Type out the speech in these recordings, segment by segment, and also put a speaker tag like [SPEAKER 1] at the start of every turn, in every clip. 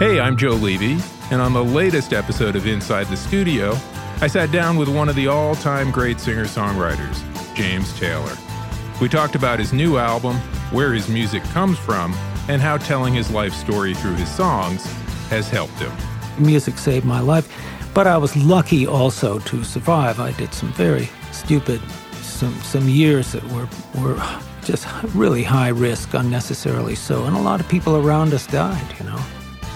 [SPEAKER 1] Hey, I'm Joe Levy, and on the latest episode of Inside the Studio, I sat down with one of the all time great singer songwriters, James Taylor. We talked about his new album, where his music comes from, and how telling his life story through his songs has helped him.
[SPEAKER 2] Music saved my life, but I was lucky also to survive. I did some very stupid, some, some years that were, were just really high risk, unnecessarily so, and a lot of people around us died, you know.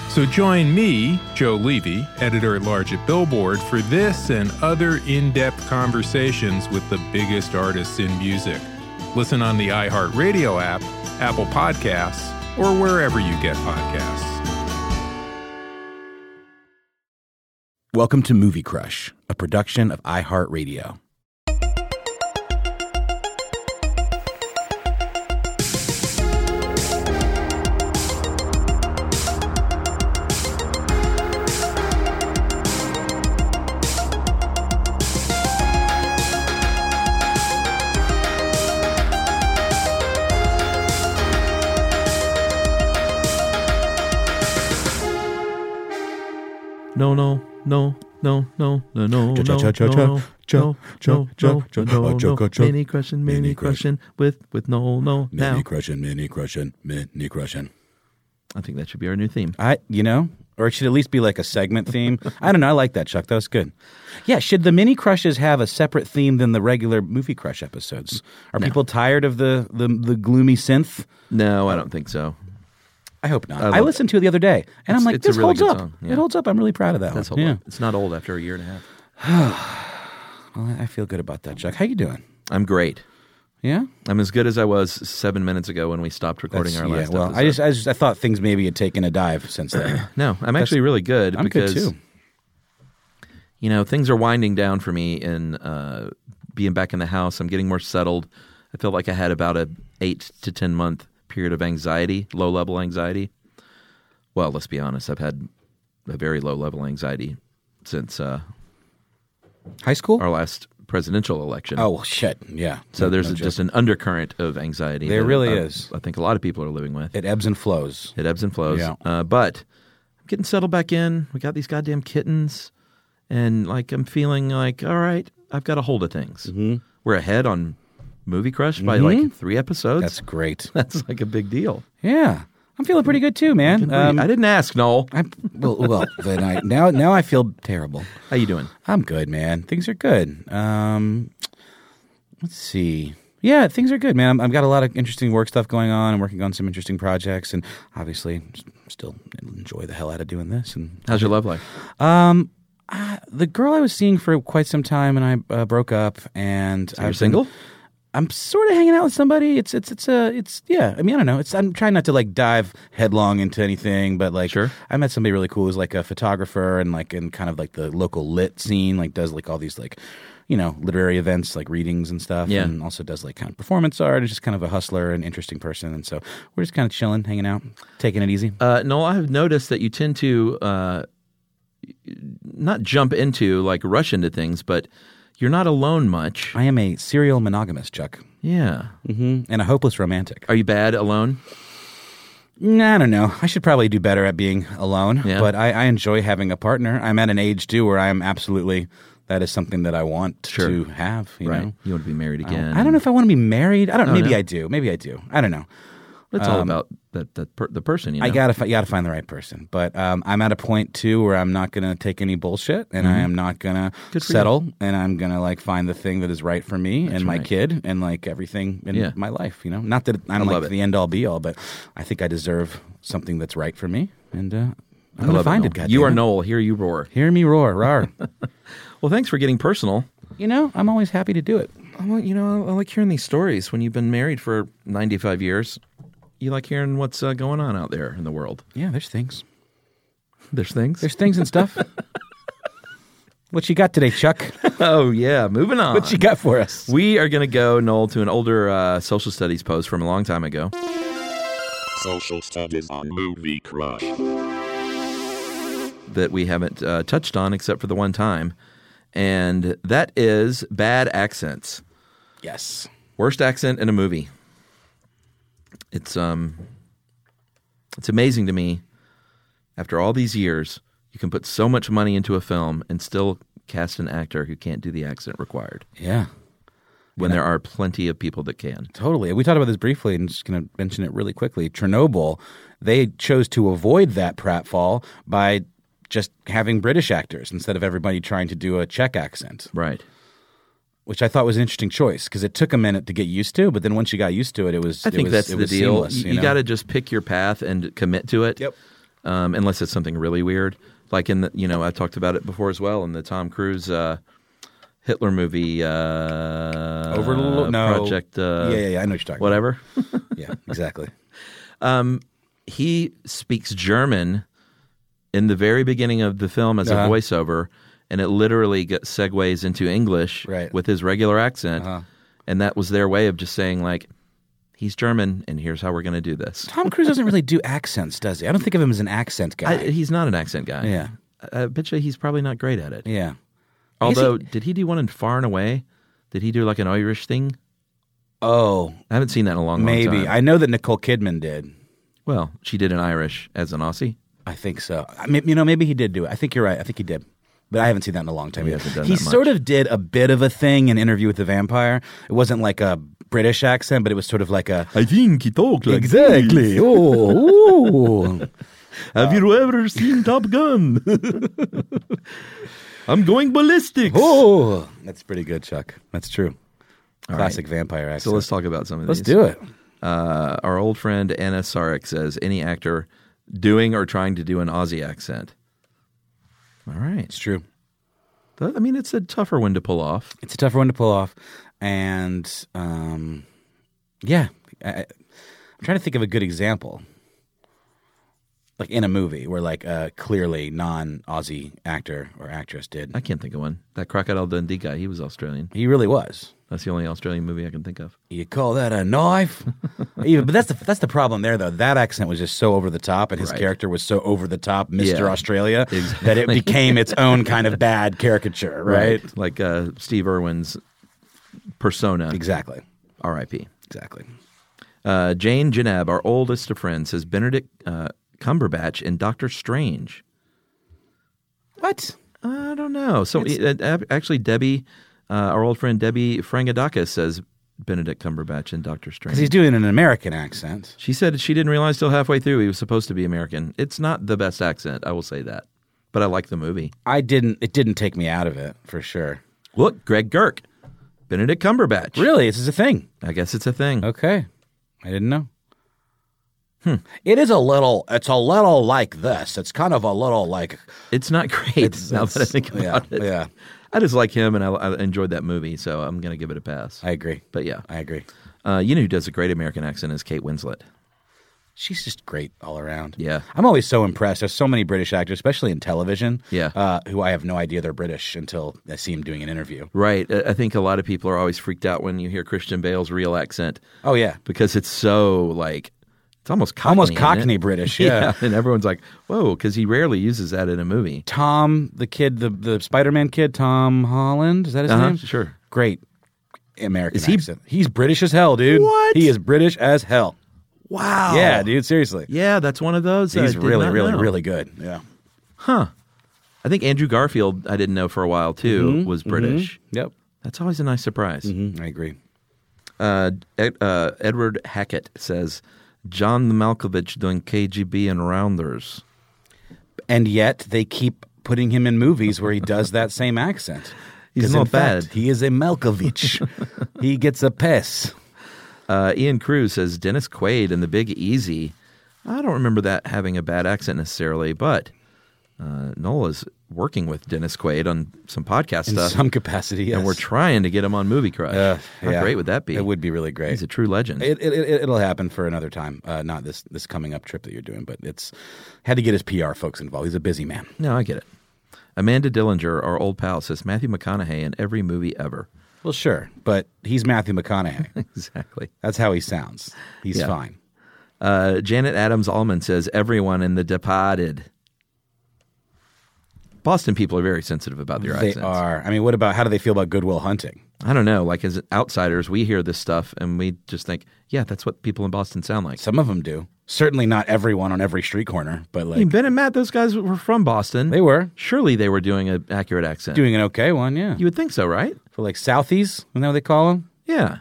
[SPEAKER 1] So join me, Joe Levy, editor at large at Billboard, for this and other in depth conversations with the biggest artists in music. Listen on the iHeartRadio app, Apple Podcasts, or wherever you get podcasts.
[SPEAKER 3] Welcome to Movie Crush, a production of iHeartRadio.
[SPEAKER 4] no, no, no, no, no, no, no, no, no, no, no, no, no, no, mini crushing, mini crushing with with no, no, now.
[SPEAKER 3] Mini crushing, mini crushing, mini crushing.
[SPEAKER 4] I think that should be our new theme.
[SPEAKER 3] I, you know, or it should at least be like a segment theme. I don't know. I like that, Chuck. That was good. Yeah. Should the mini crushes have a separate theme than the regular movie crush episodes? Are
[SPEAKER 4] No.
[SPEAKER 3] people tired of the the, the gloomy synth?
[SPEAKER 4] No, I don't think so.
[SPEAKER 3] I hope not.
[SPEAKER 4] I love
[SPEAKER 3] I, listened to it the other day, and I'm
[SPEAKER 4] It's-
[SPEAKER 3] like,
[SPEAKER 4] it's a
[SPEAKER 3] this
[SPEAKER 4] really
[SPEAKER 3] holds
[SPEAKER 4] good
[SPEAKER 3] up.
[SPEAKER 4] song,
[SPEAKER 3] It
[SPEAKER 4] yeah.
[SPEAKER 3] holds up. I'm really proud of that.
[SPEAKER 4] That's
[SPEAKER 3] one.
[SPEAKER 4] old. It's not old after a year and a half.
[SPEAKER 3] Well, I feel good about that, Chuck. How you doing?
[SPEAKER 4] I'm great.
[SPEAKER 3] Yeah.
[SPEAKER 4] I'm as good as I was seven minutes ago when we stopped recording
[SPEAKER 3] That's-
[SPEAKER 4] our
[SPEAKER 3] yeah,
[SPEAKER 4] last
[SPEAKER 3] well,
[SPEAKER 4] episode.
[SPEAKER 3] I just, I just I thought things maybe had taken a dive since then.
[SPEAKER 4] no, I'm actually really good
[SPEAKER 3] I'm
[SPEAKER 4] because
[SPEAKER 3] good too.
[SPEAKER 4] you know things are winding down for me and uh, being back in the house. I'm getting more settled. I feel like I had about a eight to ten month period of anxiety, low level anxiety. Well, let's be honest. I've had a very low level anxiety since uh,
[SPEAKER 3] High school?
[SPEAKER 4] our last presidential election.
[SPEAKER 3] oh well, shit. Yeah.
[SPEAKER 4] so
[SPEAKER 3] No-
[SPEAKER 4] there's
[SPEAKER 3] no
[SPEAKER 4] a,
[SPEAKER 3] joke.
[SPEAKER 4] just an undercurrent of anxiety.
[SPEAKER 3] There
[SPEAKER 4] that
[SPEAKER 3] really
[SPEAKER 4] I-
[SPEAKER 3] is.
[SPEAKER 4] I think a lot of people are living with.
[SPEAKER 3] it ebbs and flows.
[SPEAKER 4] It ebbs and flows.
[SPEAKER 3] Yeah.
[SPEAKER 4] Uh, but I'm getting settled back in. We got these goddamn kittens, and like I'm feeling like, all right, I've got a hold of things. Mm-hmm. We're ahead on Movie Crush by like three episodes.
[SPEAKER 3] Mm-hmm. That's great.
[SPEAKER 4] That's like a big deal.
[SPEAKER 3] Yeah, I'm feeling pretty good too, man. Um,
[SPEAKER 4] I didn't ask, Noel.
[SPEAKER 3] I well, well then I now now I feel terrible.
[SPEAKER 4] How you doing?
[SPEAKER 3] I'm good, man. Things are good. Um, let's see. Yeah, things are good, man. I'm, I've got a lot of interesting work stuff going on. I'm working on some interesting projects, and obviously, s- still enjoy the hell out of doing this. And
[SPEAKER 4] How's your love life?
[SPEAKER 3] um, I, the girl I was seeing for quite some time, and I uh, broke up, and
[SPEAKER 4] You're
[SPEAKER 3] I'm
[SPEAKER 4] single?
[SPEAKER 3] I'm sort of hanging out with somebody. It's it's it's a it's yeah. I mean, I don't know. It's I'm trying not to like dive headlong into anything, but like
[SPEAKER 4] Sure.
[SPEAKER 3] I met somebody really cool who's like a photographer and like in kind of like the local lit scene, like does like all these like you know literary events like readings and stuff,
[SPEAKER 4] Yeah.
[SPEAKER 3] and also does like kind of performance art. Is just kind of a hustler and interesting person, and so we're just kind of chilling, hanging out, taking it easy.
[SPEAKER 4] Uh, Noel, I have noticed that you tend to uh, not jump into like rush into things, but you're not alone much.
[SPEAKER 3] I am a serial monogamist, Chuck,
[SPEAKER 4] Yeah.
[SPEAKER 3] hmm and a hopeless romantic.
[SPEAKER 4] Are you bad alone?
[SPEAKER 3] Nah, I don't know. I should probably do better at being alone,
[SPEAKER 4] Yeah.
[SPEAKER 3] but I, I enjoy having a partner. I'm at an age too where I'm absolutely that is something that I want
[SPEAKER 4] Sure.
[SPEAKER 3] to have. You know,
[SPEAKER 4] You want to be married
[SPEAKER 3] I don't-
[SPEAKER 4] again?
[SPEAKER 3] I don't know if I want to be married. I don't. maybe
[SPEAKER 4] Oh, no.
[SPEAKER 3] I do. Maybe I do. I don't know.
[SPEAKER 4] It's all about that that per, the person. You know?
[SPEAKER 3] I gotta fi- gotta find the right person, but um, I'm at a point too where I'm not gonna take any bullshit, and I am not gonna
[SPEAKER 4] Mm-hmm. Good for you.
[SPEAKER 3] settle, and I'm gonna like find the thing that is right for me and my
[SPEAKER 4] right.
[SPEAKER 3] kid and like everything in
[SPEAKER 4] Yeah.
[SPEAKER 3] my life. You know, not that I'm
[SPEAKER 4] love
[SPEAKER 3] like
[SPEAKER 4] it.
[SPEAKER 3] the end all be all, but I think I deserve something that's right for me, and uh, I'm
[SPEAKER 4] I
[SPEAKER 3] gonna
[SPEAKER 4] love
[SPEAKER 3] find it.
[SPEAKER 4] Noel.
[SPEAKER 3] God
[SPEAKER 4] you are
[SPEAKER 3] no.
[SPEAKER 4] Noel. Here you roar.
[SPEAKER 3] Hear me roar, roar.
[SPEAKER 4] Well, thanks for getting personal.
[SPEAKER 3] you know, I'm always happy to do it.
[SPEAKER 4] I want you know I like hearing these stories when you've been married for ninety five years. you like hearing what's uh, going on out there in the world.
[SPEAKER 3] Yeah, there's things.
[SPEAKER 4] There's things.
[SPEAKER 3] There's things and stuff. what you got today, Chuck?
[SPEAKER 4] oh yeah, moving on.
[SPEAKER 3] What you got for us?
[SPEAKER 4] We are going to go, Noel, to an older uh, social studies post from a long time ago.
[SPEAKER 5] Social studies on Movie Crush.
[SPEAKER 4] that we haven't uh, touched on except for the one time, and that is bad accents.
[SPEAKER 3] Yes.
[SPEAKER 4] Worst accent in a movie. It's um, it's amazing to me. After all these years, you can put so much money into a film and still cast an actor who can't do the accent required
[SPEAKER 3] Yeah.
[SPEAKER 4] when there are plenty of people that can.
[SPEAKER 3] Totally. We talked about this briefly and just going to mention it really quickly. Chernobyl, they chose to avoid that pratfall by just having British actors instead of everybody trying to do a Czech accent,
[SPEAKER 4] Right.
[SPEAKER 3] which I thought was an interesting choice because it took a minute to get used to, but then once you got used to it, it was
[SPEAKER 4] I
[SPEAKER 3] it
[SPEAKER 4] think
[SPEAKER 3] was,
[SPEAKER 4] that's
[SPEAKER 3] it
[SPEAKER 4] the
[SPEAKER 3] was
[SPEAKER 4] deal.
[SPEAKER 3] Seamless,
[SPEAKER 4] you
[SPEAKER 3] you know?
[SPEAKER 4] got to just pick your path and commit to it.
[SPEAKER 3] Yep.
[SPEAKER 4] Um, unless it's something really weird, like in the you know I talked about it before as well in the Tom Cruise uh, Hitler movie. Uh,
[SPEAKER 3] Overlord? No.
[SPEAKER 4] Project. Uh,
[SPEAKER 3] Yeah, yeah, yeah, I know what you're talking
[SPEAKER 4] Whatever.
[SPEAKER 3] about. Yeah, exactly.
[SPEAKER 4] he speaks German in the very beginning of the film as
[SPEAKER 3] Uh-huh.
[SPEAKER 4] a voiceover, and it literally get, segues into English
[SPEAKER 3] Right. Uh-huh.
[SPEAKER 4] with his regular accent, and that was their way of just saying like, he's German, and here's how we're going to do this.
[SPEAKER 3] Tom Cruise doesn't really do accents, does he? I don't think of him as an accent guy.
[SPEAKER 4] I, he's not an accent guy.
[SPEAKER 3] yeah.
[SPEAKER 4] I I bet you he's probably not great at it.
[SPEAKER 3] Yeah.
[SPEAKER 4] Although, did he do one in Far and Away? Did he do like an Irish thing?
[SPEAKER 3] Oh,
[SPEAKER 4] I haven't seen that in a long, long
[SPEAKER 3] maybe.
[SPEAKER 4] time.
[SPEAKER 3] I know that Nicole Kidman did.
[SPEAKER 4] Well, she did an Irish as an Aussie.
[SPEAKER 3] I think so. I mean, you know, maybe he did do it. I think you're right. I think he did. But I haven't seen that in a long time. He
[SPEAKER 4] hasn't done
[SPEAKER 3] He
[SPEAKER 4] that much.
[SPEAKER 3] sort of did a bit of a thing in Interview with the Vampire. It wasn't like a British accent, but it was sort of like a
[SPEAKER 4] I think he talked
[SPEAKER 3] exactly. Oh, ooh.
[SPEAKER 4] Have you ever seen Top Gun? I'm going ballistic.
[SPEAKER 3] oh, that's pretty good, Chuck. That's true. Classic vampire accent.
[SPEAKER 4] So let's talk about some of
[SPEAKER 3] Let's
[SPEAKER 4] these.
[SPEAKER 3] do it.
[SPEAKER 4] Uh, our old friend Anna Sarek says any actor doing or trying to do an Aussie accent. All right.
[SPEAKER 3] It's true.
[SPEAKER 4] Th- I mean, it's a tougher one to pull off.
[SPEAKER 3] It's a tougher one to pull off, and um, yeah, I, I- I'm trying to think of a good example, like in a movie where like a clearly non Aussie actor or actress did.
[SPEAKER 4] I can't think of one. That Crocodile Dundee guy, he was Australian.
[SPEAKER 3] He really was.
[SPEAKER 4] That's the only Australian movie I can think of.
[SPEAKER 3] You call that a knife? Even, but that's the that's the problem there though. That accent was just so over the top, and his
[SPEAKER 4] Right.
[SPEAKER 3] character was so over the top, Mister
[SPEAKER 4] Yeah.
[SPEAKER 3] Australia, that it
[SPEAKER 4] Exactly.
[SPEAKER 3] became its own kind of bad caricature, right?
[SPEAKER 4] Like uh, Steve Irwin's persona.
[SPEAKER 3] Exactly,
[SPEAKER 4] R.I.P.
[SPEAKER 3] exactly.
[SPEAKER 4] Uh, Jane Janab, our oldest of friends, says Benedict uh, Cumberbatch in Doctor Strange.
[SPEAKER 3] What?
[SPEAKER 4] I don't know. So uh, uh, actually, Debbie, uh, our old friend Debbie Frangadakis says Benedict Cumberbatch in Doctor
[SPEAKER 3] Because he's
[SPEAKER 4] Strange.
[SPEAKER 3] doing an American accent.
[SPEAKER 4] She said she didn't realize till halfway through he was supposed to be American. It's not the best accent, I will say that, but I like the movie.
[SPEAKER 3] I didn't. It didn't take me out of it for sure.
[SPEAKER 4] Look, Greg Girk, Benedict Cumberbatch.
[SPEAKER 3] Really, this is a thing.
[SPEAKER 4] I guess it's a thing.
[SPEAKER 3] Okay, I didn't know. Hmm. It is a little. It's a little like this. It's kind of a little like.
[SPEAKER 4] It's not great now that I
[SPEAKER 3] it's-
[SPEAKER 4] think
[SPEAKER 3] yeah,
[SPEAKER 4] about it.
[SPEAKER 3] yeah.
[SPEAKER 4] I just like him, and I, I enjoyed that movie, so I'm going to give it a pass.
[SPEAKER 3] I agree.
[SPEAKER 4] but yeah,
[SPEAKER 3] I agree.
[SPEAKER 4] uh, you know who does a great American accent is Kate Winslet.
[SPEAKER 3] She's just great all around.
[SPEAKER 4] Yeah.
[SPEAKER 3] I'm always so impressed. There's so many British actors, especially in television.
[SPEAKER 4] Yeah.
[SPEAKER 3] uh, who I have no idea they're British until I see them doing an interview.
[SPEAKER 4] Right. I I think a lot of people are always freaked out when you hear Christian Bale's real accent
[SPEAKER 3] Oh yeah,
[SPEAKER 4] because it's so like it's almost cockney,
[SPEAKER 3] almost
[SPEAKER 4] isn't it?
[SPEAKER 3] Cockney British. yeah.
[SPEAKER 4] and everyone's like, "Whoa," because he rarely uses that in a movie.
[SPEAKER 3] Tom, the kid, the the Spider Man kid, Tom Holland. Is that his
[SPEAKER 4] Uh-huh,
[SPEAKER 3] name?
[SPEAKER 4] sure.
[SPEAKER 3] Great American
[SPEAKER 4] Is he-
[SPEAKER 3] accent. He's British as hell, dude.
[SPEAKER 4] What?
[SPEAKER 3] He is British as hell.
[SPEAKER 4] Wow.
[SPEAKER 3] Yeah, dude. Seriously,
[SPEAKER 4] Yeah, that's one of those. that I
[SPEAKER 3] he's
[SPEAKER 4] did
[SPEAKER 3] really,
[SPEAKER 4] not
[SPEAKER 3] really,
[SPEAKER 4] know.
[SPEAKER 3] really good. Yeah.
[SPEAKER 4] I think Andrew Garfield, I didn't know for a while too,
[SPEAKER 3] Mm-hmm,
[SPEAKER 4] was British.
[SPEAKER 3] Yep.
[SPEAKER 4] That's always a nice surprise.
[SPEAKER 3] Mm, I agree.
[SPEAKER 4] Uh, Ed, uh, Edward Hackett says John Malkovich doing KGB and Rounders.
[SPEAKER 3] And yet they keep putting him in movies where he does that same accent.
[SPEAKER 4] He's
[SPEAKER 3] 'Cause
[SPEAKER 4] not
[SPEAKER 3] in fact,
[SPEAKER 4] bad.
[SPEAKER 3] he is a Malkovich. he gets a pass.
[SPEAKER 4] Uh, Ian Cruz says Dennis Quaid in The Big Easy. I don't remember that having a bad accent necessarily, but uh, Nola's working with Dennis Quaid on some podcast
[SPEAKER 3] in
[SPEAKER 4] stuff,
[SPEAKER 3] some capacity. Yes.
[SPEAKER 4] and we're trying to get him on Movie Crush.
[SPEAKER 3] Uh,
[SPEAKER 4] How
[SPEAKER 3] yeah.
[SPEAKER 4] great would that be?
[SPEAKER 3] It would be really great.
[SPEAKER 4] He's a true legend.
[SPEAKER 3] It, it, it it'll happen for another time. Uh, not this this coming up trip that you're doing, but it's had to get his PR folks involved. He's a busy man.
[SPEAKER 4] no, I get it. Amanda Dillinger, our old pal, says Matthew McConaughey in every movie ever.
[SPEAKER 3] Well, sure, but he's Matthew McConaughey.
[SPEAKER 4] Exactly.
[SPEAKER 3] That's how he sounds. He's
[SPEAKER 4] Yeah.
[SPEAKER 3] fine.
[SPEAKER 4] Uh, Janet Adams Allman says everyone in The Departed. Boston people are very sensitive about their
[SPEAKER 3] they
[SPEAKER 4] accents.
[SPEAKER 3] are. I mean, what about how do they feel about Goodwill Hunting?
[SPEAKER 4] I don't know. Like as outsiders, we hear this stuff and we just think, yeah, that's what people in Boston sound like.
[SPEAKER 3] Some of them do. Certainly not everyone on every street corner, but
[SPEAKER 4] I mean,
[SPEAKER 3] like
[SPEAKER 4] ben and Matt, those guys were from Boston.
[SPEAKER 3] they were
[SPEAKER 4] surely they were doing an accurate accent.
[SPEAKER 3] doing an okay one. Yeah,
[SPEAKER 4] you would think so, right?
[SPEAKER 3] for like Southies, isn't that what they call them?
[SPEAKER 4] Yeah.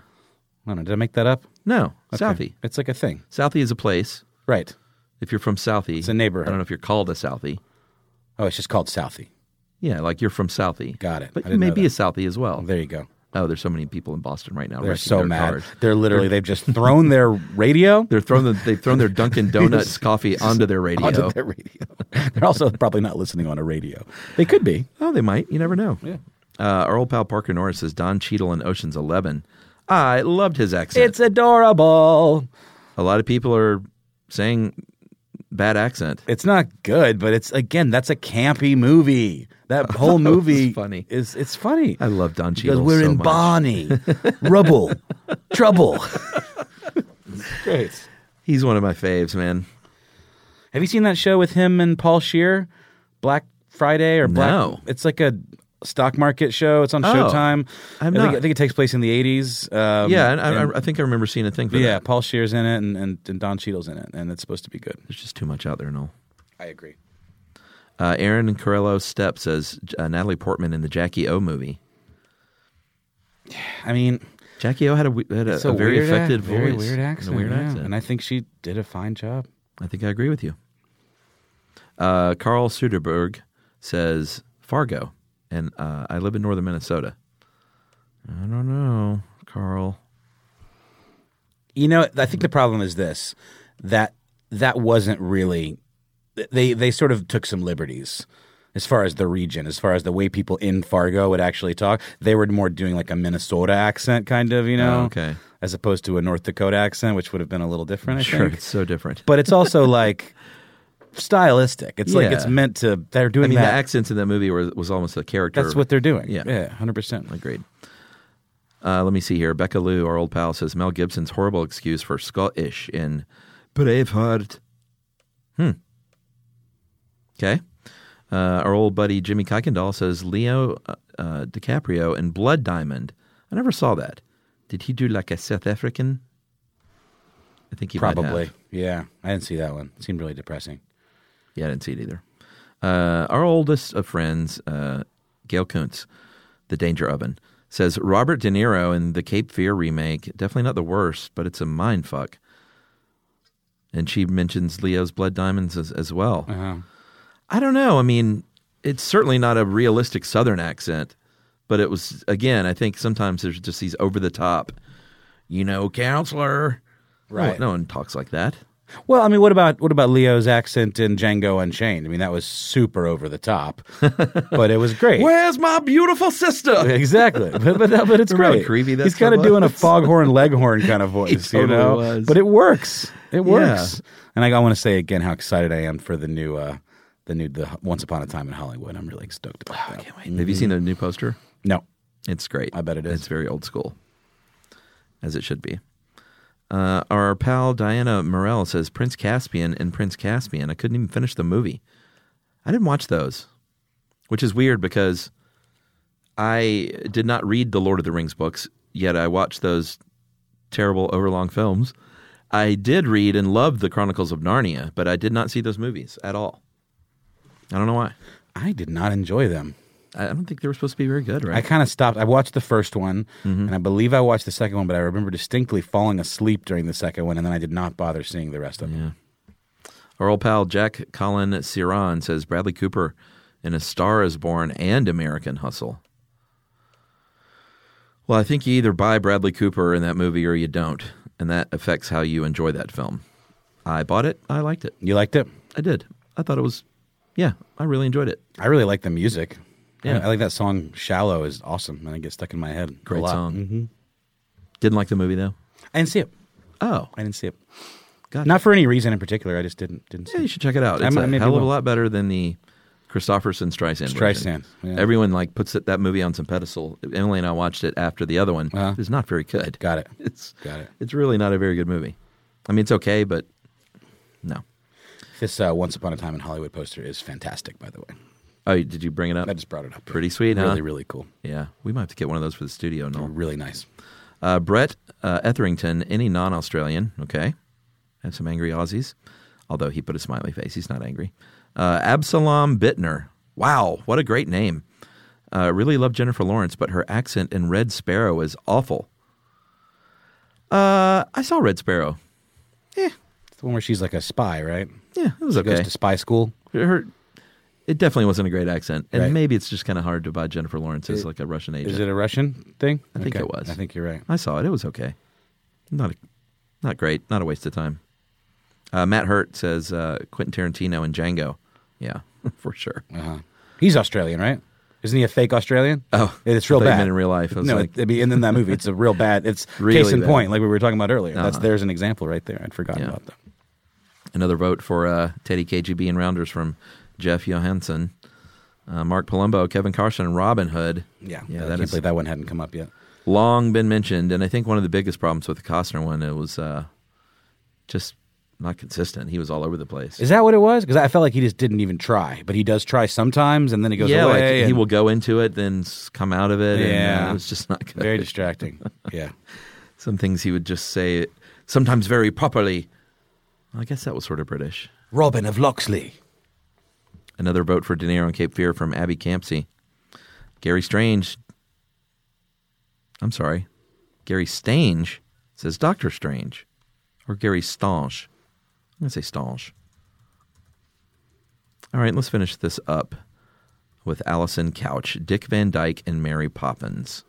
[SPEAKER 3] I don't know. Did I make that up?
[SPEAKER 4] No,
[SPEAKER 3] Okay.
[SPEAKER 4] Southie.
[SPEAKER 3] It's like a thing,
[SPEAKER 4] Southie is a place.
[SPEAKER 3] right?
[SPEAKER 4] If you're from Southie,
[SPEAKER 3] It's a neighborhood.
[SPEAKER 4] I don't know if you're called a Southie.
[SPEAKER 3] Oh, it's just called Southie.
[SPEAKER 4] Yeah, like you're from Southie.
[SPEAKER 3] Got it.
[SPEAKER 4] But
[SPEAKER 3] I
[SPEAKER 4] you
[SPEAKER 3] didn't
[SPEAKER 4] may
[SPEAKER 3] know
[SPEAKER 4] be
[SPEAKER 3] that.
[SPEAKER 4] a Southie as well.
[SPEAKER 3] There you go.
[SPEAKER 4] Oh, there's so many people in Boston right now.
[SPEAKER 3] They're
[SPEAKER 4] wrecking
[SPEAKER 3] so
[SPEAKER 4] their
[SPEAKER 3] mad.
[SPEAKER 4] cars.
[SPEAKER 3] They're literally they've just thrown their radio
[SPEAKER 4] They're throwing the, they've thrown their Dunkin' Donuts coffee onto their radio.
[SPEAKER 3] onto their radio. They're also probably not listening on a radio. They could be.
[SPEAKER 4] Oh, they might. You never know. Yeah. Uh, our old pal Parker Norris says Don Cheadle in Ocean's Eleven. I loved his accent.
[SPEAKER 3] It's adorable.
[SPEAKER 4] a lot of people are saying bad accent.
[SPEAKER 3] It's not good, but it's again that's a campy movie. That whole
[SPEAKER 4] That was
[SPEAKER 3] movie
[SPEAKER 4] funny.
[SPEAKER 3] is it's funny.
[SPEAKER 4] I love Don
[SPEAKER 3] because
[SPEAKER 4] Cheadle.
[SPEAKER 3] we're
[SPEAKER 4] so
[SPEAKER 3] in
[SPEAKER 4] much.
[SPEAKER 3] Barney, rubble, trouble. Great.
[SPEAKER 4] He's one of my faves, man.
[SPEAKER 3] Have you seen that show with him and Paul Shear, Black Friday or Black?
[SPEAKER 4] No.
[SPEAKER 3] It's like a stock market show. It's on
[SPEAKER 4] Oh,
[SPEAKER 3] Showtime.
[SPEAKER 4] I'm
[SPEAKER 3] I think,
[SPEAKER 4] not.
[SPEAKER 3] I think it takes place in the eighties. Um,
[SPEAKER 4] yeah, and I,
[SPEAKER 3] and-
[SPEAKER 4] I, I think I remember seeing a thing for
[SPEAKER 3] yeah.
[SPEAKER 4] that.
[SPEAKER 3] Paul Shear's in it, and, and, and Don Cheadle's in it, and it's supposed to be good.
[SPEAKER 4] There's just too much out there, Noel.
[SPEAKER 3] I agree.
[SPEAKER 4] Uh, Aaron Carello Step says uh, Natalie Portman in the Jackie O movie.
[SPEAKER 3] I mean,
[SPEAKER 4] Jackie O had a, we- had a,
[SPEAKER 3] it's
[SPEAKER 4] a very
[SPEAKER 3] weird ac-
[SPEAKER 4] effective voice,
[SPEAKER 3] very weird
[SPEAKER 4] and a
[SPEAKER 3] accent,
[SPEAKER 4] weird
[SPEAKER 3] yeah,
[SPEAKER 4] accent.
[SPEAKER 3] and I think she did a fine job.
[SPEAKER 4] I think I agree with you. Uh, Carl Suderberg says Fargo, and uh, I live in northern Minnesota. I don't know, Carl.
[SPEAKER 3] You know, I think the problem is this that that wasn't really they they sort of took some liberties as far as the region, as far as the way people in Fargo would actually talk. They were more doing like a Minnesota accent, kind of, you know,
[SPEAKER 4] Oh, okay.
[SPEAKER 3] as opposed to a North Dakota accent, which would have been a little different. I
[SPEAKER 4] sure,
[SPEAKER 3] think,
[SPEAKER 4] it's so different.
[SPEAKER 3] but it's also like stylistic. It's like it's
[SPEAKER 4] Yeah.
[SPEAKER 3] meant to. They're doing
[SPEAKER 4] I mean,
[SPEAKER 3] that.
[SPEAKER 4] the accents in that movie were, was almost a character.
[SPEAKER 3] That's what they're doing.
[SPEAKER 4] Yeah.
[SPEAKER 3] yeah, hundred percent.
[SPEAKER 4] Agreed. Uh, let me see here. Becca Lou, our old pal, says Mel Gibson's horrible excuse for Scottish in Braveheart. Hmm. Okay. Uh, our old buddy Jimmy Kuykendall says Leo uh, uh, DiCaprio in Blood Diamond. I never saw that. Did he do like a South African? I think he might have.
[SPEAKER 3] Probably. Yeah, I didn't see that one. It seemed really depressing.
[SPEAKER 4] Yeah, I didn't see it either. Uh, our oldest of friends, uh, Gail Kuntz, The Danger Oven, says Robert De Niro in the Cape Fear remake, definitely not the worst, but it's a mind fuck. And she mentions Leo's Blood Diamonds as, as well.
[SPEAKER 3] Uh-huh.
[SPEAKER 4] I don't know. I mean, it's certainly not a realistic Southern accent, but it was, again, I think sometimes there's just these over the top, you know, counselor. No-
[SPEAKER 3] Right.
[SPEAKER 4] no one talks like that.
[SPEAKER 3] Well, I mean, what about what about Leo's accent in Django Unchained? I mean, that was super over the top, but it was great.
[SPEAKER 4] Where's my beautiful sister?
[SPEAKER 3] exactly, but but, that, but it's
[SPEAKER 4] Remember how
[SPEAKER 3] great.
[SPEAKER 4] creepy that
[SPEAKER 3] He's kind of
[SPEAKER 4] stuff
[SPEAKER 3] doing a
[SPEAKER 4] was?
[SPEAKER 3] foghorn leghorn kind of voice, you
[SPEAKER 4] totally
[SPEAKER 3] know.
[SPEAKER 4] was.
[SPEAKER 3] But it works. It works. And I, want to say again how excited I am for the new. Uh, the new the Once Upon a Time in Hollywood. I'm really stoked about
[SPEAKER 4] Oh,
[SPEAKER 3] that.
[SPEAKER 4] Have you seen the new poster?
[SPEAKER 3] No,
[SPEAKER 4] It's great.
[SPEAKER 3] I bet it is.
[SPEAKER 4] It's very old school, as it should be. Uh, our pal Diana Morel says Prince Caspian and Prince Caspian. I couldn't even finish the movie. I didn't watch those, which is weird because I did not read the Lord of the Rings books, yet I watched those terrible, overlong films. I did read and love the Chronicles of Narnia, but I did not see those movies at all. I don't know why.
[SPEAKER 3] I did not enjoy them.
[SPEAKER 4] I I don't think they were supposed to be very good, right? Mm-hmm.
[SPEAKER 3] I kind of stopped. I watched the first one, and I believe I watched the second one, but I remember distinctly falling asleep during the second one, and then I did not bother seeing the rest of them.
[SPEAKER 4] Our old pal Jack Colin Ciron says Bradley Cooper in A Star is Born and American Hustle. Well, I think you either buy Bradley Cooper in that movie or you don't, and that affects how you enjoy that film. I bought it. I liked it.
[SPEAKER 3] You liked it?
[SPEAKER 4] I did. I thought it was yeah, I really enjoyed it.
[SPEAKER 3] I really like the music.
[SPEAKER 4] Yeah.
[SPEAKER 3] I, I like that song "Shallow" is awesome, and it gets stuck in my head. a
[SPEAKER 4] Great
[SPEAKER 3] lot.
[SPEAKER 4] song.
[SPEAKER 3] Mhm.
[SPEAKER 4] Didn't like the movie though.
[SPEAKER 3] I didn't see it.
[SPEAKER 4] Oh,
[SPEAKER 3] I didn't see it.
[SPEAKER 4] Gotcha.
[SPEAKER 3] Not for any reason in particular. I just didn't didn't see.
[SPEAKER 4] yeah, you
[SPEAKER 3] it.
[SPEAKER 4] should check it out.
[SPEAKER 3] I
[SPEAKER 4] It's
[SPEAKER 3] might-
[SPEAKER 4] a
[SPEAKER 3] maybe
[SPEAKER 4] hell of a
[SPEAKER 3] will.
[SPEAKER 4] lot better than the Christopherson Streisand. version.
[SPEAKER 3] Streisand, yeah.
[SPEAKER 4] Everyone like puts it, that movie on some pedestal. Emily and I watched it after the other one.
[SPEAKER 3] Uh-huh.
[SPEAKER 4] It's not very good.
[SPEAKER 3] Got it.
[SPEAKER 4] It's
[SPEAKER 3] Got it.
[SPEAKER 4] It's really not a very good movie. I mean, it's okay, but no.
[SPEAKER 3] This uh, "Once Upon a Time in Hollywood" poster is fantastic. By the way,
[SPEAKER 4] Oh, did you bring it up?
[SPEAKER 3] I just brought it up.
[SPEAKER 4] Pretty sweet, huh? Oh.
[SPEAKER 3] Really, really cool.
[SPEAKER 4] Yeah, we might have to get one of those for the studio. No,
[SPEAKER 3] Really nice.
[SPEAKER 4] uh, Brett uh, Etherington, any non-Australian? Okay, have some angry Aussies. Although he put a smiley face, he's not angry. Uh, Absalom Bittner. Wow, what a great name! Uh, really love Jennifer Lawrence, but her accent in Red Sparrow is awful. Uh, I saw Red Sparrow.
[SPEAKER 3] It's the one where she's like a spy, right?
[SPEAKER 4] Yeah, it was
[SPEAKER 3] She
[SPEAKER 4] okay.
[SPEAKER 3] Goes to spy school.
[SPEAKER 4] her, it definitely wasn't a great accent, and
[SPEAKER 3] Right.
[SPEAKER 4] maybe it's just kind of hard to buy Jennifer Lawrence as like a Russian agent.
[SPEAKER 3] Is it a Russian thing? I
[SPEAKER 4] think it was.
[SPEAKER 3] I think you're right.
[SPEAKER 4] I saw it. It was okay. Not a, not great. Not a waste of time. Uh, Matt Hurt says uh, Quentin Tarantino and Django. Yeah, for sure.
[SPEAKER 3] Uh-huh. He's Australian, right? Isn't he a fake Australian?
[SPEAKER 4] Oh,
[SPEAKER 3] it's real
[SPEAKER 4] I thought you
[SPEAKER 3] bad
[SPEAKER 4] meant in real life. I was
[SPEAKER 3] no,
[SPEAKER 4] like-
[SPEAKER 3] it- I mean, and then that movie, it's a real bad. It's case
[SPEAKER 4] Really
[SPEAKER 3] in
[SPEAKER 4] bad.
[SPEAKER 3] point, like we were talking about earlier. That's
[SPEAKER 4] Uh-huh.
[SPEAKER 3] there's an example right there. I'd forgotten
[SPEAKER 4] Yeah.
[SPEAKER 3] about that.
[SPEAKER 4] Another vote for uh, Teddy KGB and Rounders from Jeff Johansson, uh, Mark Palumbo, Kevin Carson, and Robin Hood.
[SPEAKER 3] Yeah, I
[SPEAKER 4] yeah,
[SPEAKER 3] can't
[SPEAKER 4] that is
[SPEAKER 3] believe that one hadn't come up yet.
[SPEAKER 4] long been mentioned, and I think one of the biggest problems with the Costner one it was uh, just not consistent. He was all over the place.
[SPEAKER 3] Is that what it was? Because I felt like he just didn't even try, but he does try sometimes, and then he goes
[SPEAKER 4] yeah, like
[SPEAKER 3] away.
[SPEAKER 4] he
[SPEAKER 3] and-
[SPEAKER 4] will go into it, then s- come out of it. and,
[SPEAKER 3] Yeah.
[SPEAKER 4] uh, it was just not good.
[SPEAKER 3] Very distracting. yeah,
[SPEAKER 4] some things he would just say sometimes very properly. I guess that was sort of British.
[SPEAKER 3] Robin of Locksley.
[SPEAKER 4] Another vote for De Niro and Cape Fear from Abby Campsey. Gary Strange. I'm sorry. Gary Stange says Doctor Strange. Or Gary Stange. I'm going to say Stange. All right, let's finish this up with Allison Couch, Dick Van Dyke, and Mary Poppins.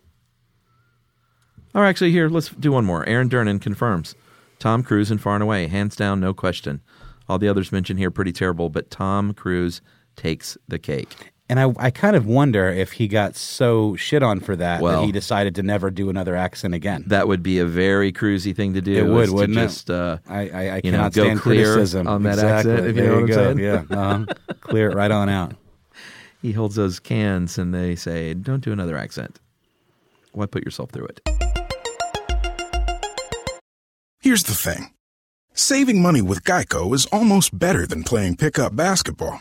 [SPEAKER 4] Or actually, here, let's do one more. Aaron Dernan confirms Tom Cruise in Far and Away, hands down, no question. All the others mentioned here pretty terrible, but Tom Cruise takes the cake.
[SPEAKER 3] And I, I kind of wonder if he got so shit on for that
[SPEAKER 4] Well-
[SPEAKER 3] that he decided to never do another accent again.
[SPEAKER 4] That would be a very cruisy thing to do.
[SPEAKER 3] It
[SPEAKER 4] is
[SPEAKER 3] would,
[SPEAKER 4] to
[SPEAKER 3] wouldn't it?
[SPEAKER 4] just, Uh,
[SPEAKER 3] I, I, I
[SPEAKER 4] you know,
[SPEAKER 3] cannot
[SPEAKER 4] go
[SPEAKER 3] stand
[SPEAKER 4] clear
[SPEAKER 3] criticism
[SPEAKER 4] on that
[SPEAKER 3] exactly.
[SPEAKER 4] accent, if you
[SPEAKER 3] There
[SPEAKER 4] know what I'm
[SPEAKER 3] go. Yeah, uh-huh. clear it right on out.
[SPEAKER 4] he holds those cans and they say, "Don't do another accent. Why put yourself through it?"
[SPEAKER 6] Here's the thing saving money with Geico is almost better than playing pickup basketball.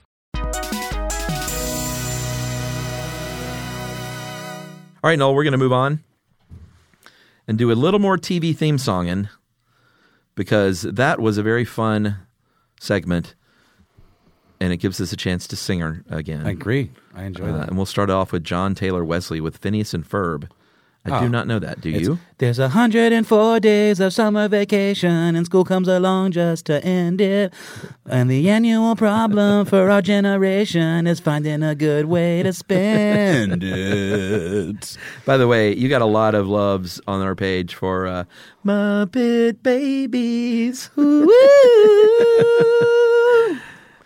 [SPEAKER 4] All right, Noel, we're going to move on and do a little more TV theme songing because that was a very fun segment and it gives us a chance to sing her again.
[SPEAKER 3] I agree. I enjoy
[SPEAKER 4] Uh,
[SPEAKER 3] that.
[SPEAKER 4] and we'll start off with John Taylor Wesley with Phineas and Ferb. I
[SPEAKER 3] Ah.
[SPEAKER 4] do not know that. Do you?
[SPEAKER 3] There's a hundred and four days of summer vacation, and school comes along just to end it. And the annual problem for our generation is finding a good way to spend it.
[SPEAKER 4] By the way, you got a lot of loves on our page for uh, Muppet Babies. Ooh.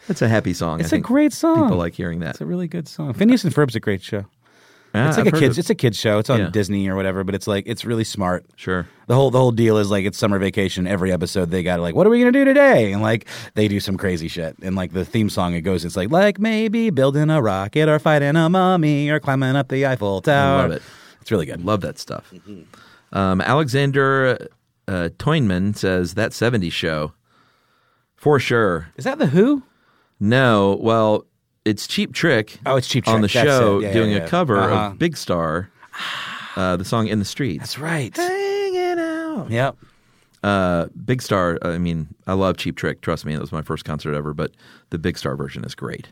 [SPEAKER 4] That's a happy song.
[SPEAKER 3] It's
[SPEAKER 4] I
[SPEAKER 3] a
[SPEAKER 4] think
[SPEAKER 3] great song.
[SPEAKER 4] People like hearing that.
[SPEAKER 3] It's a really good song. Phineas and Ferb's a great show. It's like a kids. It's a kids show. It's on
[SPEAKER 4] Yeah.
[SPEAKER 3] Disney or whatever, but it's like it's really smart.
[SPEAKER 4] Sure.
[SPEAKER 3] The whole the whole deal is like it's summer vacation. Every episode they got like, what are we gonna do today? And like they do some crazy shit. And like the theme song it goes, it's like like maybe building a rocket or fighting a mummy or climbing up the Eiffel Tower.
[SPEAKER 4] love it.
[SPEAKER 3] It's really good.
[SPEAKER 4] Love that stuff. Um, Alexander uh, Toynman says that 70s show. For sure.
[SPEAKER 3] Is that the Who?
[SPEAKER 4] No, well, it's Cheap Trick.
[SPEAKER 3] Oh, it's Cheap
[SPEAKER 4] On the
[SPEAKER 3] Trick. That's
[SPEAKER 4] show
[SPEAKER 3] it. Yeah,
[SPEAKER 4] doing
[SPEAKER 3] yeah, yeah.
[SPEAKER 4] a cover
[SPEAKER 3] Uh-huh.
[SPEAKER 4] of Big Star, uh, the song In the Streets.
[SPEAKER 3] That's right. Hanging out. Yep.
[SPEAKER 4] uh, Big Star. I mean, I love Cheap Trick. Trust me, that was my first concert ever. But the Big Star version is great.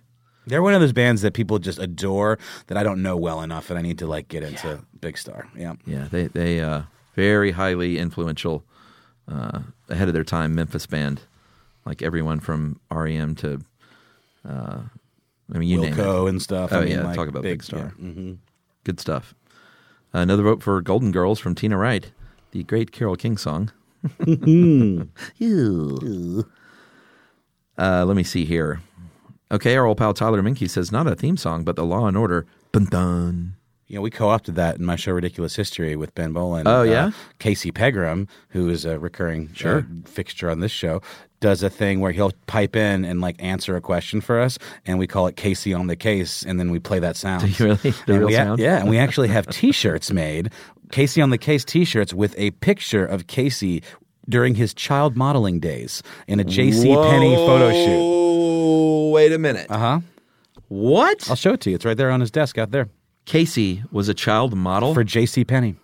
[SPEAKER 3] They're one of those bands that people just adore that I don't know well enough, and I need to like get into Big Star. Yeah.
[SPEAKER 4] Yeah, they they uh, very highly influential, uh, ahead of their time Memphis band, like everyone from REM to, uh, I mean, you name it.
[SPEAKER 3] Wilco and stuff.
[SPEAKER 4] Oh,
[SPEAKER 3] I mean,
[SPEAKER 4] yeah,
[SPEAKER 3] like,
[SPEAKER 4] talk about Big Star.
[SPEAKER 3] yeah. Mhm.
[SPEAKER 4] Good stuff. Another vote for Golden Girls from Tina Wright, the great Carol King song. Ew. uh, let me see here. Okay, our old pal Tyler Minke says not a theme song, but the Law and Order. Dun dun.
[SPEAKER 3] You know, we co-opted that in my show Ridiculous History with Ben Bolin.
[SPEAKER 4] Oh, yeah?
[SPEAKER 3] Casey Pegram, who is a recurring uh, fixture on this show, does a thing where he'll pipe in and like answer a question for us, and we call it Casey on the case, and then we play that sound.
[SPEAKER 4] you really? The
[SPEAKER 3] And
[SPEAKER 4] real
[SPEAKER 3] we a-
[SPEAKER 4] sound?
[SPEAKER 3] yeah, and we actually have T-shirts made, Casey on the case T-shirts with a picture of Casey during his child modeling days in a J.C. Penney photo shoot.
[SPEAKER 4] Oh, wait a minute.
[SPEAKER 3] Uh huh.
[SPEAKER 4] What?
[SPEAKER 3] I'll show it to you. It's right there on his desk out there
[SPEAKER 4] Casey was a child model.
[SPEAKER 3] for J.C. Penney.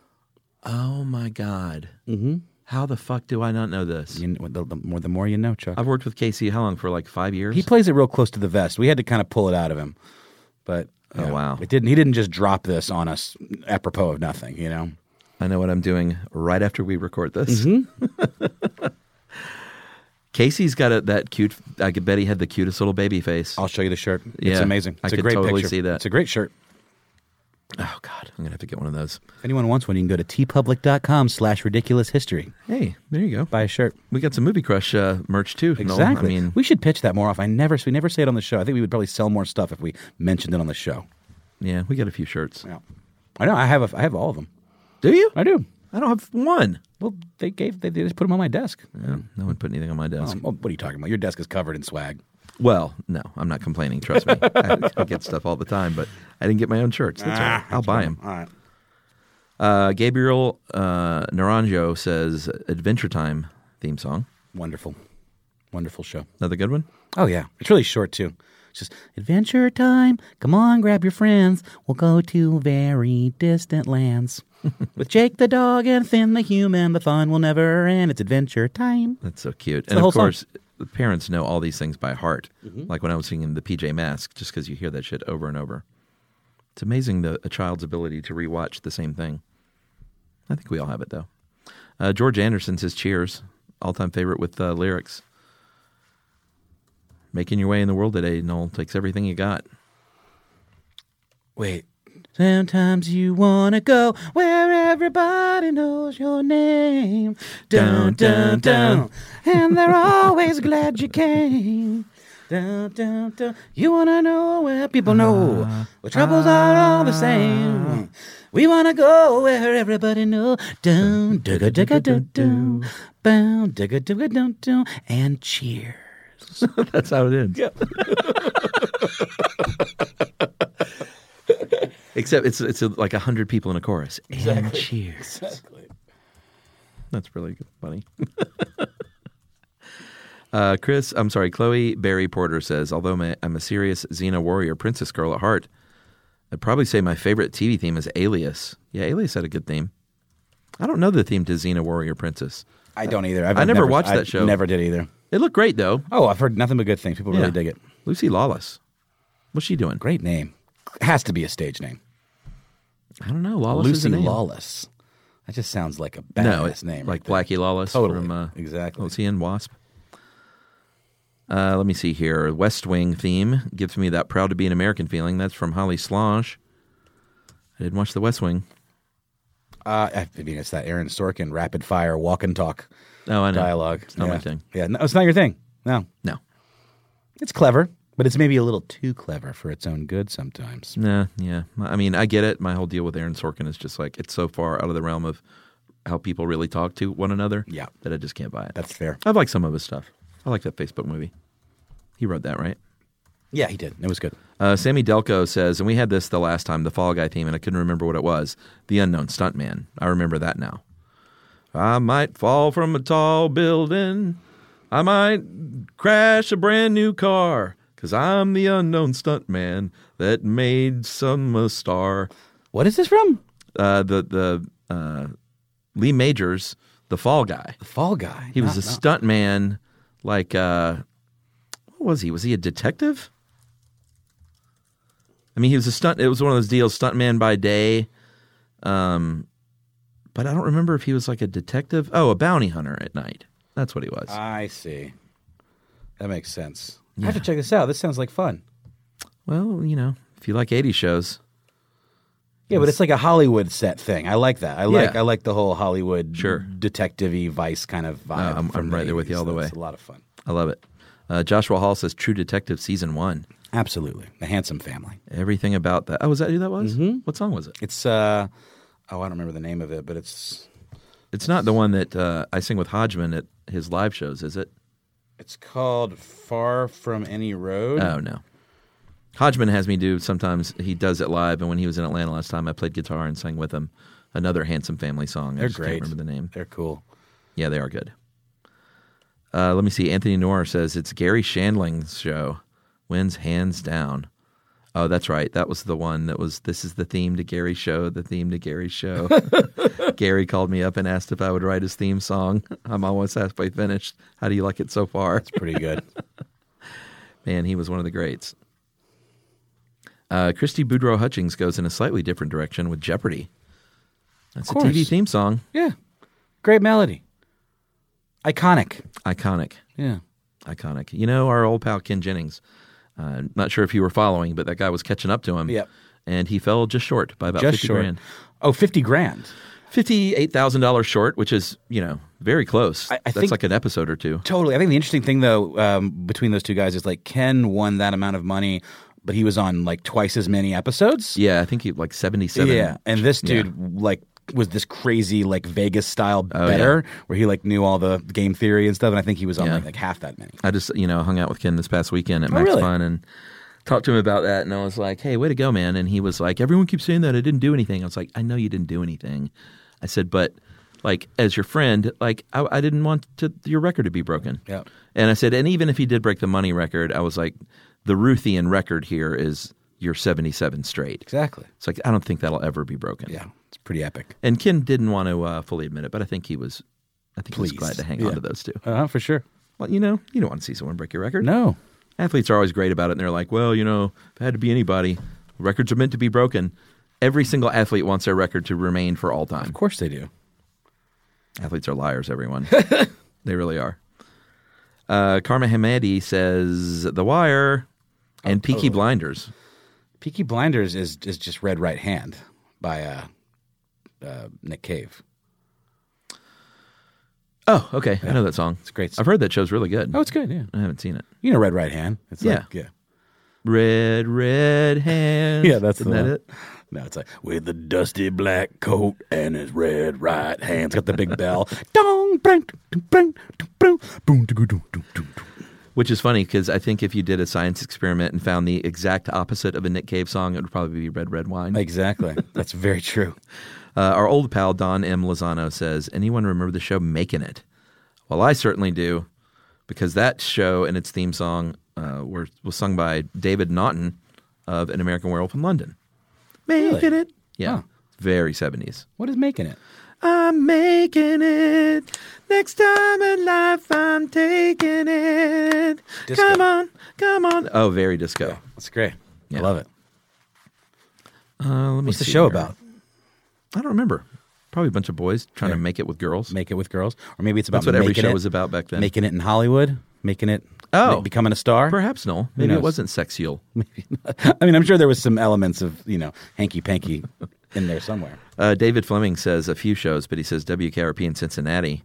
[SPEAKER 4] oh my God. Mm-hmm. How the fuck do I not know this?
[SPEAKER 3] You, the, the, more, the more you know, Chuck.
[SPEAKER 4] I've worked with Casey how long? For like five years.
[SPEAKER 3] He plays it real close to the vest. We had to kind of pull it out of him, but
[SPEAKER 4] Oh,
[SPEAKER 3] yeah,
[SPEAKER 4] wow.
[SPEAKER 3] it didn't. He didn't just drop this on us apropos of nothing, you know.
[SPEAKER 4] I know what I'm doing right after we record this.
[SPEAKER 3] Mm-hmm.
[SPEAKER 4] Casey's got a, that cute. I could bet he had the cutest little baby face.
[SPEAKER 3] I'll show you the shirt. It's
[SPEAKER 4] Yeah,
[SPEAKER 3] amazing.
[SPEAKER 4] I
[SPEAKER 3] It's a
[SPEAKER 4] could
[SPEAKER 3] great
[SPEAKER 4] totally
[SPEAKER 3] picture.
[SPEAKER 4] see that.
[SPEAKER 3] It's a great shirt.
[SPEAKER 4] Oh God, I'm gonna have to get one of those.
[SPEAKER 3] If anyone wants one, you can go to tpublic.com slash ridiculous history.
[SPEAKER 4] Hey, there you go.
[SPEAKER 3] Buy a shirt.
[SPEAKER 4] We got some movie crush uh, merch too. Noel.
[SPEAKER 3] Exactly.
[SPEAKER 4] I mean,
[SPEAKER 3] we should pitch that more often. I never we never say it on the show. I think we would probably sell more stuff if we mentioned it on the show.
[SPEAKER 4] yeah, we got a few shirts.
[SPEAKER 3] Yeah. I know. I have a, I have all of them.
[SPEAKER 4] Do you?
[SPEAKER 3] I do.
[SPEAKER 4] I don't have one.
[SPEAKER 3] Well, they gave they, they just put them on my desk.
[SPEAKER 4] Yeah, no one put anything on my desk.
[SPEAKER 3] Um, what are you talking about? Your desk is covered in swag.
[SPEAKER 4] well, no, I'm not complaining. Trust me, I, I get stuff all the time, but I didn't get my own shirts. That's all right. I'll buy them.
[SPEAKER 3] Ah, All right.
[SPEAKER 4] Uh, Gabriel uh, Naranjo says Adventure Time theme song.
[SPEAKER 3] Wonderful. Wonderful show.
[SPEAKER 4] Another good one.
[SPEAKER 3] Oh yeah, it's really short too. It's just adventure time. Come on, grab your friends. We'll go to very distant lands with Jake the dog and Finn the human. The fun will never end. It's adventure time.
[SPEAKER 4] That's so cute.
[SPEAKER 3] the
[SPEAKER 4] and
[SPEAKER 3] whole
[SPEAKER 4] of
[SPEAKER 3] song. Mm-hmm.
[SPEAKER 4] course, the parents know all these things by heart. Like when I was singing the PJ Masks, just because you hear that shit over and over. It's amazing the a child's ability to rewatch the same thing. I think we all have it though. Uh, George Anderson says Cheers, all time favorite with uh, lyrics. Making your way in the world today, Noel takes everything you got.
[SPEAKER 3] Wait. Sometimes you wanna go where everybody knows your name. Dun dun dun, and they're always glad you came. Dun dun dun. You wanna know where people know where troubles are all the same. We wanna go where everybody know. Dun digga digga dun dun, bound digga digga dun dun, and cheers.
[SPEAKER 4] That's how it ends. Except it's it's like a hundred people in a chorus. And cheers. That's really good, funny. uh, Chris, I'm sorry, Chloe Barry Porter says, although my, I'm a serious Xena warrior princess girl at heart, I'd probably say my favorite TV theme is Alias. Yeah, Alias had a good theme. I don't know the theme to Xena warrior princess.
[SPEAKER 3] I don't either. I've
[SPEAKER 4] I never watched that show.
[SPEAKER 3] Never did either.
[SPEAKER 4] It looked great though.
[SPEAKER 3] Oh, I've heard nothing but good things. People really
[SPEAKER 4] Yeah.
[SPEAKER 3] dig it.
[SPEAKER 4] Lucy Lawless. What's she doing?
[SPEAKER 3] Great name. Has to be a stage name.
[SPEAKER 4] I don't know. Lawless is
[SPEAKER 3] Lucy
[SPEAKER 4] a name.
[SPEAKER 3] Lawless. That just sounds like a
[SPEAKER 4] No,
[SPEAKER 3] badass
[SPEAKER 4] it's
[SPEAKER 3] name.
[SPEAKER 4] like
[SPEAKER 3] right
[SPEAKER 4] Blackie Lawless
[SPEAKER 3] Totally.
[SPEAKER 4] from uh,
[SPEAKER 3] Exactly.
[SPEAKER 4] Was he in Wasp? Uh, let me see here. West Wing theme gives me that proud to be an American feeling. That's from Holly Slosh. I didn't watch The West Wing.
[SPEAKER 3] there. Uh, I mean, it's that Aaron Sorkin rapid fire walk and talk
[SPEAKER 4] Oh, I know.
[SPEAKER 3] dialogue.
[SPEAKER 4] It's not
[SPEAKER 3] yeah.
[SPEAKER 4] my thing.
[SPEAKER 3] Yeah, no, it's not your thing. No,
[SPEAKER 4] No,
[SPEAKER 3] it's clever, but it's maybe a little too clever for its own good sometimes.
[SPEAKER 4] nah, yeah. I mean, I get it. My whole deal with Aaron Sorkin is just like it's so far out of the realm of how people really talk to one another.
[SPEAKER 3] Yeah.
[SPEAKER 4] that I just can't buy it.
[SPEAKER 3] That's fair.
[SPEAKER 4] I've liked some of his stuff. I like that Facebook movie. He wrote that, right?
[SPEAKER 3] Yeah, he did. It was good.
[SPEAKER 4] Uh, Sammy Delco says, and we had this the last time, the Fall Guy theme, and I couldn't remember what it was. The Unknown Stuntman. I remember that now. I might fall from a tall building. I might crash a brand new car. Cause I'm the unknown stuntman that made some a star.
[SPEAKER 3] What is this from?
[SPEAKER 4] Uh, the the uh, Lee Majors, the Fall Guy.
[SPEAKER 3] The Fall Guy.
[SPEAKER 4] He was a stuntman. Like, uh, what was he? Was he a detective? I mean, he was a stunt. It was one of those deals, stuntman by day. Um, but I don't remember if he was like a detective. Oh, a bounty hunter at night. That's what he was.
[SPEAKER 3] I see. That makes sense. I have to check this out. This sounds like fun.
[SPEAKER 4] well, you know, if you like 80 shows,
[SPEAKER 3] Yeah, but it's like a Hollywood set thing. I like that. I like
[SPEAKER 4] Yeah.
[SPEAKER 3] I like the whole Hollywood
[SPEAKER 4] Sure.
[SPEAKER 3] detective-y vice kind of vibe.
[SPEAKER 4] I'm-
[SPEAKER 3] from
[SPEAKER 4] I'm right there with you
[SPEAKER 3] 80s.
[SPEAKER 4] all the
[SPEAKER 3] That's
[SPEAKER 4] way.
[SPEAKER 3] a lot of fun.
[SPEAKER 4] I love it. Uh, Joshua Hall says True Detective season one.
[SPEAKER 3] Absolutely. The Handsome Family.
[SPEAKER 4] Everything about that. Oh, was that who that was? What song was it?
[SPEAKER 3] It's uh oh, I don't remember the name of it, but it's
[SPEAKER 4] It's not the one that uh, I sing with Hodgman at his live shows, is it?
[SPEAKER 3] it's called Far From Any Road.
[SPEAKER 4] Oh no. Hodgman has me do sometimes he does it live and when he was in Atlanta last time I played guitar and sang with him another handsome family song. I
[SPEAKER 3] They're
[SPEAKER 4] just
[SPEAKER 3] great.
[SPEAKER 4] can't remember the name.
[SPEAKER 3] They're cool.
[SPEAKER 4] Yeah, they are good. Uh, let me see. Anthony Noor says it's Gary Shandling's show. Wins hands down. Oh, that's right. That was the one that was this is the theme to Gary's show, the theme to Gary's show. Gary called me up and asked if I would write his theme song. I'm almost halfway finished. How do you like it so far?
[SPEAKER 3] Pretty good.
[SPEAKER 4] Man, he was one of the greats. Uh, Christy Boudreau Hutchings goes in a slightly different direction with Jeopardy. That's a
[SPEAKER 3] course.
[SPEAKER 4] TV theme song.
[SPEAKER 3] yeah. Great melody. Iconic.
[SPEAKER 4] Iconic.
[SPEAKER 3] Yeah.
[SPEAKER 4] Iconic. You know, our old pal Ken Jennings. Uh, not sure if you were following, but that guy was catching up to him.
[SPEAKER 3] Yep.
[SPEAKER 4] And he fell just short by about
[SPEAKER 3] Just
[SPEAKER 4] 50
[SPEAKER 3] short.
[SPEAKER 4] grand.
[SPEAKER 3] Oh, 50 grand.
[SPEAKER 4] $58,000 short, which is, you know, very close.
[SPEAKER 3] I- I
[SPEAKER 4] That's
[SPEAKER 3] think-
[SPEAKER 4] like an episode or two.
[SPEAKER 3] Totally. I think the interesting thing, though, um, between those two guys is like Ken won that amount of money, but he was on like twice as many episodes.
[SPEAKER 4] Yeah, I think he like 77.
[SPEAKER 3] Yeah. And this
[SPEAKER 4] Yeah.
[SPEAKER 3] dude, like, was this crazy like Vegas style
[SPEAKER 4] Oh,
[SPEAKER 3] better where he like knew all the game theory and stuff and I think he was on
[SPEAKER 4] Yeah.
[SPEAKER 3] like, like half that many.
[SPEAKER 4] I just you know hung out with Ken this past weekend at Max
[SPEAKER 3] Oh, really?
[SPEAKER 4] Fun and talked to him about that, and I was like, "Hey, way to go, man!" And he was like, "Everyone keeps saying that I didn't do anything." I was like, "I know you didn't do anything." I said, "But like as your friend, like I, I didn't want to, your record to be broken."
[SPEAKER 3] Yep.
[SPEAKER 4] And I said, and even if he did break the money record, I was like, the Ruthian record here is your seventy-seven straight.
[SPEAKER 3] Exactly.
[SPEAKER 4] It's like I don't think that'll ever be broken.
[SPEAKER 3] Yeah. It's pretty epic.
[SPEAKER 4] And Ken didn't want to uh, fully admit it, but I think he was. I think he
[SPEAKER 3] Pleased.
[SPEAKER 4] was glad to hang
[SPEAKER 3] Yeah.
[SPEAKER 4] on to those two.
[SPEAKER 3] Uh, for sure.
[SPEAKER 4] Well, you know, you don't want to see someone break your record.
[SPEAKER 3] No.
[SPEAKER 4] Athletes are always great about it, and they're like, well, you know, if it had to be anybody, records are meant to be broken. Every single athlete wants their record to remain for all time.
[SPEAKER 3] Of course they do.
[SPEAKER 4] Athletes are liars, everyone. they really are. Uh, Karma Hamedi says The Wire
[SPEAKER 3] Oh,
[SPEAKER 4] and Peaky Blinders.
[SPEAKER 3] Peaky Blinders is, is just Red Right Hand by uh, uh, Nick Cave.
[SPEAKER 4] Oh, okay. I know that song. It's
[SPEAKER 3] a great song.
[SPEAKER 4] I've heard that show's really good.
[SPEAKER 3] Oh, it's good. Yeah.
[SPEAKER 4] I haven't seen it.
[SPEAKER 3] You know Red Right Hand. It's
[SPEAKER 4] Yeah.
[SPEAKER 3] like, yeah.
[SPEAKER 4] Red, red hand.
[SPEAKER 3] Yeah, that's
[SPEAKER 4] Isn't
[SPEAKER 3] the
[SPEAKER 4] that
[SPEAKER 3] one.
[SPEAKER 4] it.
[SPEAKER 3] No, it's like with the dusty black coat and his red right hand. It's got the big bell. Dong, bang, dong, bang, dong, bang, boom, doo, doo, doo, doo, doo.
[SPEAKER 4] Which is funny because I think if you did a science experiment and found the exact opposite of a Nick Cave song, it would probably be Red Red Wine.
[SPEAKER 3] Exactly. That's very true.
[SPEAKER 4] uh, our old pal Don M. Lozano says, "Anyone remember the show Making It?" Well, I certainly do, because that show and its theme song uh, were was sung by David Naughton of An American Werewolf in London. Making
[SPEAKER 3] Really?
[SPEAKER 4] it, yeah,
[SPEAKER 3] Huh.
[SPEAKER 4] very seventies.
[SPEAKER 3] What is making it?
[SPEAKER 4] I'm making it. Next time in life, I'm taking it.
[SPEAKER 3] Disco.
[SPEAKER 4] Come on, come on. Oh, very disco.
[SPEAKER 3] That's great. I
[SPEAKER 4] Yeah.
[SPEAKER 3] love it.
[SPEAKER 4] Uh, let me
[SPEAKER 3] What's the
[SPEAKER 4] see
[SPEAKER 3] show
[SPEAKER 4] here.
[SPEAKER 3] about?
[SPEAKER 4] I don't remember. Probably a bunch of boys trying to
[SPEAKER 3] Yeah.
[SPEAKER 4] make it with girls.
[SPEAKER 3] Make it with girls, or maybe it's about
[SPEAKER 4] That's what every
[SPEAKER 3] making
[SPEAKER 4] show
[SPEAKER 3] it-
[SPEAKER 4] was about back then.
[SPEAKER 3] Making it in Hollywood, making it.
[SPEAKER 4] Oh.
[SPEAKER 3] like, becoming a star.
[SPEAKER 4] Perhaps no. Maybe it
[SPEAKER 3] knows?
[SPEAKER 4] wasn't sexial.
[SPEAKER 3] I mean, I'm sure there was some elements of you know hanky panky in there somewhere.
[SPEAKER 4] Uh, David Fleming says a few shows, but he says WKRP in Cincinnati.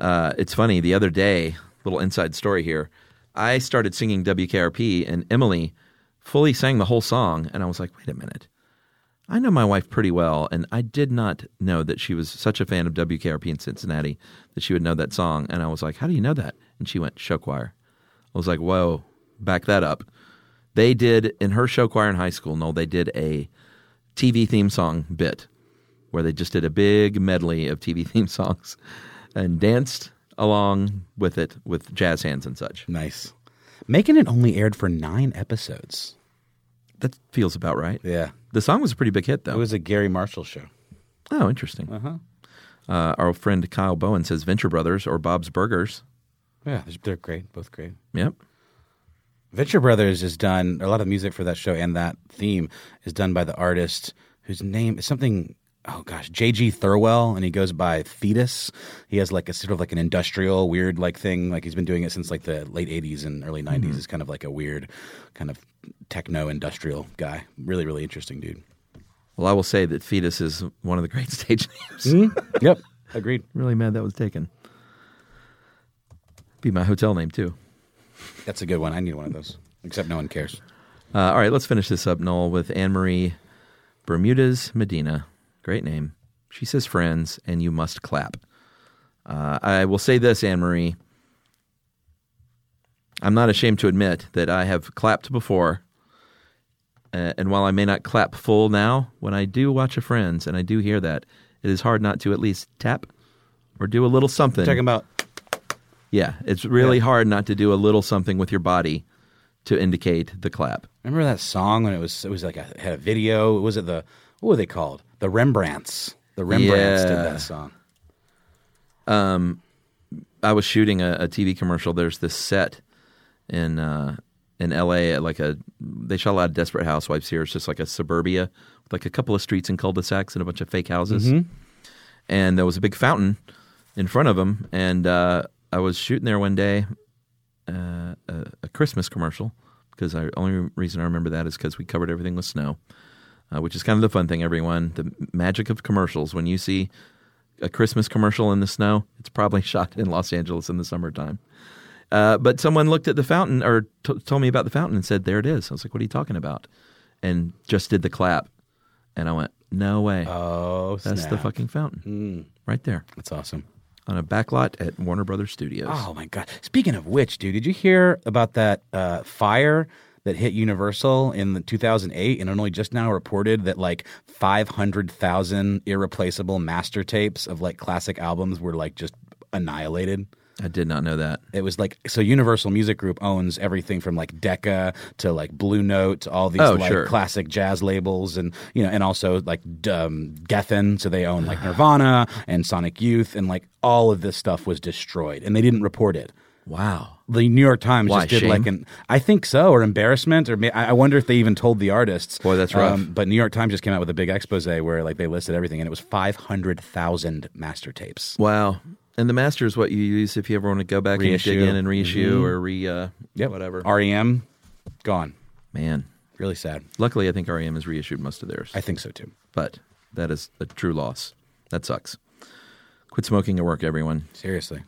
[SPEAKER 4] Uh, it's funny. The other day, little inside story here. I started singing WKRP, and Emily fully sang the whole song, and I was like, "Wait a minute." I know my wife pretty well, and I did not know that she was such a fan of WKRP in Cincinnati that she would know that song. And I was like, How do you know that? And she went, Show choir. I was like, Whoa, back that up. They did, in her show choir in high school, no, they did a TV theme song bit where they just did a big medley of TV theme songs and danced along with it with jazz hands and such.
[SPEAKER 3] Nice. Making it only aired for nine episodes.
[SPEAKER 4] That feels about right.
[SPEAKER 3] Yeah.
[SPEAKER 4] The song was a pretty big hit, though.
[SPEAKER 3] It was a Gary Marshall show.
[SPEAKER 4] oh, interesting. Uh-huh. our friend Kyle Bowen says Venture Brothers or Bob's Burgers.
[SPEAKER 3] Yeah, they're great. Both great.
[SPEAKER 4] Yep.
[SPEAKER 3] Venture Brothers is done. A lot of the music for that show and that theme is done by the artist whose name is something. Oh gosh, J.G. Thurwell, and he goes by Fetus. He has like a sort of like an industrial weird like thing. Like he's been doing it since like the late '80s and early '90s. He's kind of like a weird, kind of techno industrial guy. Really, really interesting dude.
[SPEAKER 4] Well, I will say that Fetus is one of the great stage names.
[SPEAKER 3] yep, agreed.
[SPEAKER 4] Really mad that was taken. Be my hotel name, too.
[SPEAKER 3] That's a good one. I need one of those. Except no one cares.
[SPEAKER 4] Uh, all right, let's finish this up, Noel, with Anne Marie Bermudez Medina. Great name. She says, Friends, and you must clap. Uh, I will say this, Anne Marie. I'm not ashamed to admit that I have clapped before. Uh, and while I may not clap full now, when I do watch a Friends and I do hear that, it is hard not to at least tap or do a little something.
[SPEAKER 3] Talking about
[SPEAKER 4] Yeah, it's really hard not to do a little something with your body to indicate the clap.
[SPEAKER 3] Remember that song when it was it was like a, had a video? Was it the what were they called? The Rembrandts. The Rembrandts did
[SPEAKER 4] Yeah.
[SPEAKER 3] that song.
[SPEAKER 4] Um, I was shooting a, a TV commercial. There's this set in uh, in LA at like a they shot a lot of Desperate Housewives here. It's just like a suburbia with like a couple of streets and cul-de-sacs and a bunch of fake houses. And there was a big fountain in front of them. And uh, I was shooting there one day, uh, a, a Christmas commercial because the only reason I remember that is because we covered everything with snow, uh, which is kind of the fun thing. Everyone, the magic of commercials when you see a Christmas commercial in the snow. It's probably shot in Los Angeles in the summertime. Uh, but someone looked at the fountain or t- told me about the fountain and said, There it is. I was like, What are you talking about? And just did the clap. And I went, No way.
[SPEAKER 3] Oh,
[SPEAKER 4] That's the
[SPEAKER 3] snap. Hmm.
[SPEAKER 4] fucking fountain. Right there
[SPEAKER 3] That's awesome.
[SPEAKER 4] on a back lot at Warner Brothers Studios.
[SPEAKER 3] Oh my god! Speaking of which, dude, did you hear about that uh, fire that hit Universal in the 2008? And it only just now reported that like 500,000 irreplaceable master tapes of like classic albums were like just annihilated.
[SPEAKER 4] I did not know that.
[SPEAKER 3] It was like so Universal Music Group owns everything from like Decca to like Blue Note to all these
[SPEAKER 4] Oh,
[SPEAKER 3] like
[SPEAKER 4] sure.
[SPEAKER 3] classic jazz labels and you know and also like d- um, Geffen so they own like Nirvana and Sonic Youth and like all of this stuff was destroyed and they didn't report it.
[SPEAKER 4] Wow.
[SPEAKER 3] The New York Times
[SPEAKER 4] Why,
[SPEAKER 3] just did
[SPEAKER 4] shame?
[SPEAKER 3] like an I think so or embarrassment or may, I I wonder if they even told the artists. Um,
[SPEAKER 4] Boy, that's rough.
[SPEAKER 3] but New York Times just came out with a big expose where like they listed everything and it was 500,000 master tapes.
[SPEAKER 4] Wow. And the master is what you use if you ever want to go back and
[SPEAKER 3] Reissue. Mm-hmm.
[SPEAKER 4] dig in and reissue or re uh,
[SPEAKER 3] Yep.
[SPEAKER 4] whatever.
[SPEAKER 3] REM E gone.
[SPEAKER 4] Man.
[SPEAKER 3] Really sad.
[SPEAKER 4] Luckily, I think REM has reissued most of theirs.
[SPEAKER 3] I think so too.
[SPEAKER 4] but that is a true loss. That sucks. Quit smoking at work, everyone.
[SPEAKER 3] Seriously.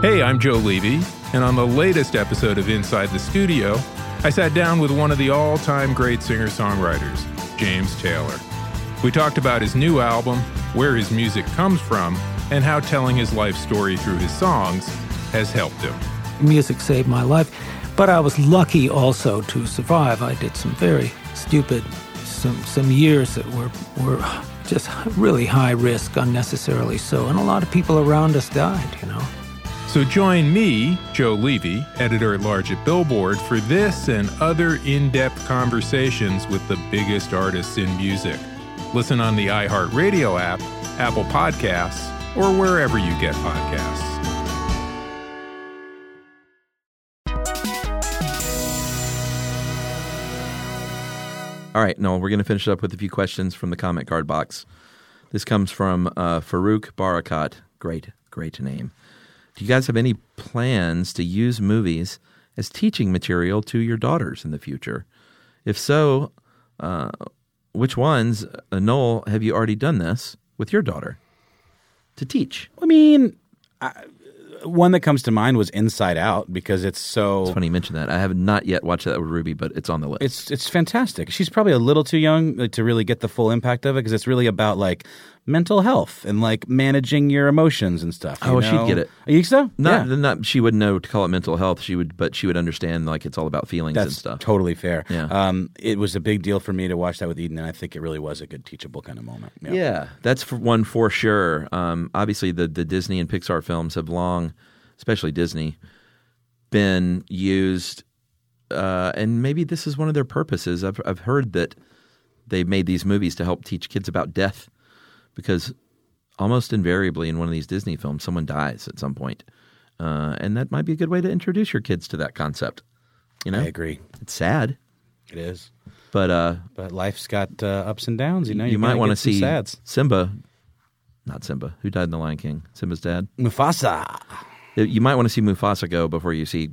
[SPEAKER 1] Hey, I'm Joe Levy, and on the latest episode of Inside the Studio, I sat down with one of the all time great singer songwriters, James Taylor. We talked about his new album, where his music comes from, and how telling his life story through his songs has helped him.
[SPEAKER 2] Music saved my life, but I was lucky also to survive. I did some very stupid, some some years that were were just really high risk, unnecessarily so, and a lot of people around us died. You know.
[SPEAKER 1] So join me, Joe Levy, editor at large at Billboard, for this and other in depth conversations with the biggest artists in music. Listen on the iHeartRadio app, Apple Podcasts, or wherever you get podcasts.
[SPEAKER 4] All right, Noel, we're going to finish up with a few questions from the comment card box. This comes from uh, Farouk Barakat. Great, great name. Do you guys have any plans to use movies as teaching material to your daughters in the future? If so, uh, which ones, uh, Noel, have you already done this with your daughter to teach?
[SPEAKER 3] I mean, I, one that comes to mind was Inside Out because it's so
[SPEAKER 4] It's funny you mentioned that. I have not yet watched that with Ruby, but it's on the list.
[SPEAKER 3] it's it's fantastic. She's probably a little too young like, to really get the full impact of it because it's really about like mental health and like managing your emotions and stuff. you
[SPEAKER 4] Oh, she'd
[SPEAKER 3] know?
[SPEAKER 4] get it.
[SPEAKER 3] You think so?
[SPEAKER 4] not,
[SPEAKER 3] yeah.
[SPEAKER 4] not she wouldn't know to call it mental health. She would, but she would understand like it's all about feelings and
[SPEAKER 3] That's
[SPEAKER 4] stuff.
[SPEAKER 3] totally fair.
[SPEAKER 4] Yeah.
[SPEAKER 3] Um, it was a big deal for me to watch that with Eden, and I think it really was a good teachable kind of moment.
[SPEAKER 4] Yeah, that's for one for sure. Um, obviously, the the Disney and Pixar films have long, especially Disney, been used, uh, and maybe this is one of their purposes. I've I've heard that they've made these movies to help teach kids about death, because almost invariably in one of these Disney films, someone dies at some point, uh, and that might be a good way to introduce your kids to that concept. You know,
[SPEAKER 3] I agree.
[SPEAKER 4] It's sad,
[SPEAKER 3] It is.
[SPEAKER 4] but uh,
[SPEAKER 3] But life's got uh, ups and downs. You know,
[SPEAKER 4] you,
[SPEAKER 3] You're
[SPEAKER 4] might
[SPEAKER 3] gonna
[SPEAKER 4] want to
[SPEAKER 3] get some
[SPEAKER 4] see
[SPEAKER 3] sads.
[SPEAKER 4] Simba. Not Simba. Who died in The Lion King? Simba's dad. Uh,
[SPEAKER 3] Mufasa.
[SPEAKER 4] You might want to see Mufasa go before you see